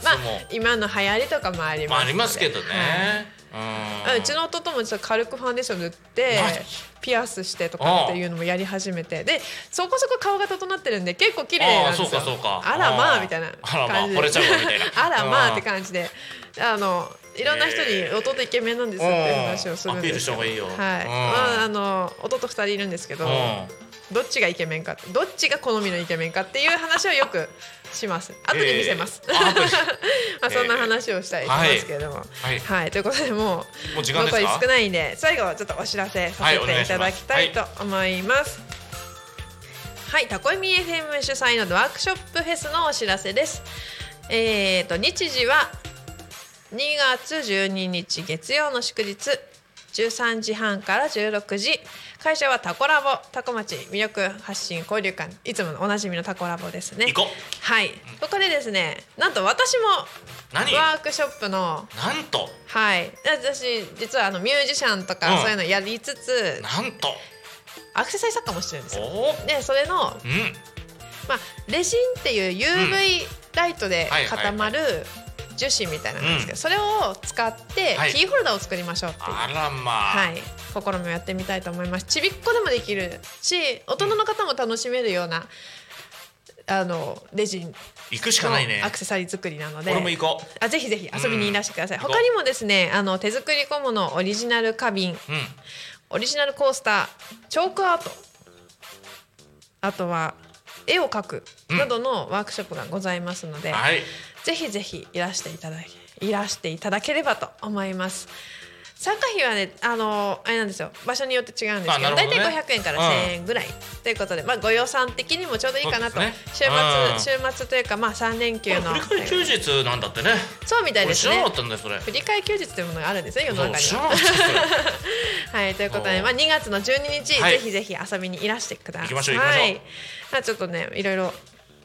夏も、
今の流行りとかもありますので。
まあありますけどね
はい
うん
うちの弟もちょっと軽くファンデーション塗って
何
ピアスしてとかっていうのもやり始めてでそこそこ顔が整ってるんで結構綺麗なんですよ
あーそうかそうか
あらま
あ
あ
ー
みたいな感じ
あらまあ惚れちゃうわみたいな
あらま
う
あ
ん
って感じであのいろんな人
え
に
ー
弟イケメンなんですよっていう話をするんですけど
うんアピールした方がいいよ
はい
うん
まああの弟二人いるんですけど
うん
どっちがイケメンかどっちが好みのイケメンかっていう話をよくします後で見せ ます、
えーあ後で
まあそんな話をしたりしますけれども、
はい
はい、ということでもう
もう時間ですか
残り少ないんで最後はちょっとお知らせさせていただきたいと思います。はい、タコイミ FM 主催のワークショップフェスのお知らせです。えー、と日時は2月12日月曜の祝日13時半から16時会社はタコラボタコ町魅力発信交流館いつものおなじみのタコラボですね
行こ
はいここでですねなんと私
う何
もワークショップの
なんと
はい私実はあのミュージシャンと
う
か
ん
そういうのやりつつ、
なんと
アクセサリー作家もしてるんですよ
おお
でそれの、
うん
まあ、レジンっていう UV ライトで
はいはいはい
固まる樹脂みたいなのなんですけど、それを使って
はい
キーホルダーを作りましょうっていう、
あらまあ、
はい、試みをやってみたいと思いますちびっこでもできるし大人の方も楽しめるようなあのレジン
行くしかないね
のアクセサリー作りなので、
俺も行こう
あぜひぜひ遊びにいらしてください、
うん
他にもですねあの手作り小物オリジナル花瓶
うん
オリジナルコースターチョークアートあとは絵を描くなどのワークショップがございますので、
はい
ぜひぜひいらしていただけいらしていただければと思います。参加費はね、あのあれなんですよ場所によって違うんですけ
あ
ど
な
大
るほどね
体500円から
うん
1000円ぐらいということで、まあ、ご予算的にもちょうどいいかなと、
そうですね
週
うん
末週末というか、まあ、3連休
これ
の
振り返り休日なんだってね
そうみたい
俺
です
知らな
ね
かったんだよそれ
振り替え休日というものがあるんですね世の
そう
中に
知ら
は。
なかったそれ
はい、ということで、
おー
まあ、2月の12日、
はい
ぜひぜひ遊びにいらしてください。
行きましょう行きましょう
はいまあ、ちょっとね、いろいろ。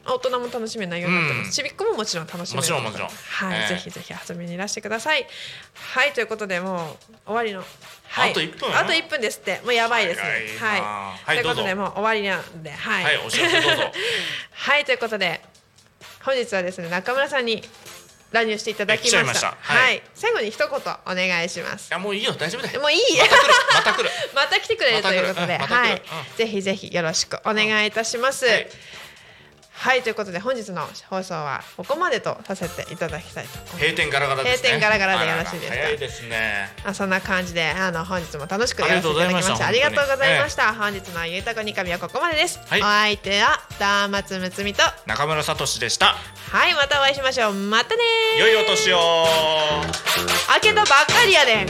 大人も楽しめる内容になってます、
うん
ちびっこももちろん楽しめる
もちろんもちろん
はい、
ええ
ぜひぜひ遊びにいらしてくださいはいということでもう終わりの、はい、
あと1分
あと1分ですってもうやばいですね
早いな
は
はい
い、というこ
どう
と
ぞ
でもう終わりなんではい、
はいお知らせどうぞ
はいということで本日はですね中村さんに乱入していただきました
やっちゃいました
はい、
はい
最後に一言お願いします
やもういいよ大丈夫だよ
もういい
また来 る
また来てくれるということで、
また来るうんまた来る
はい、
う
ぜひぜひよろしくお願いいたします、
はい
はいということで本日の放送はここまでとさせていただきたいと思います
閉店ガラガラですね
閉店ガラガラでよろしいですか
あらら早いですね
まあそんな感じであの本日も楽しくやらせていただきましたあ
あ
り
り
が
が
と
と
うご
うご
ざ
ざ
い
い
ま
ま
し、
した
本日のゆうたこにかみはここまでです、
はい
お相手はダーマツムツミとは
中村聡でした
いまたお会いしましょうまたねー
良いお年を
開けたばっかりやで、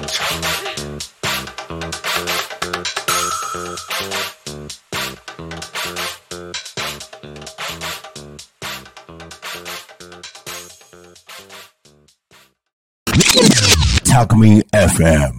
Talk Me FM.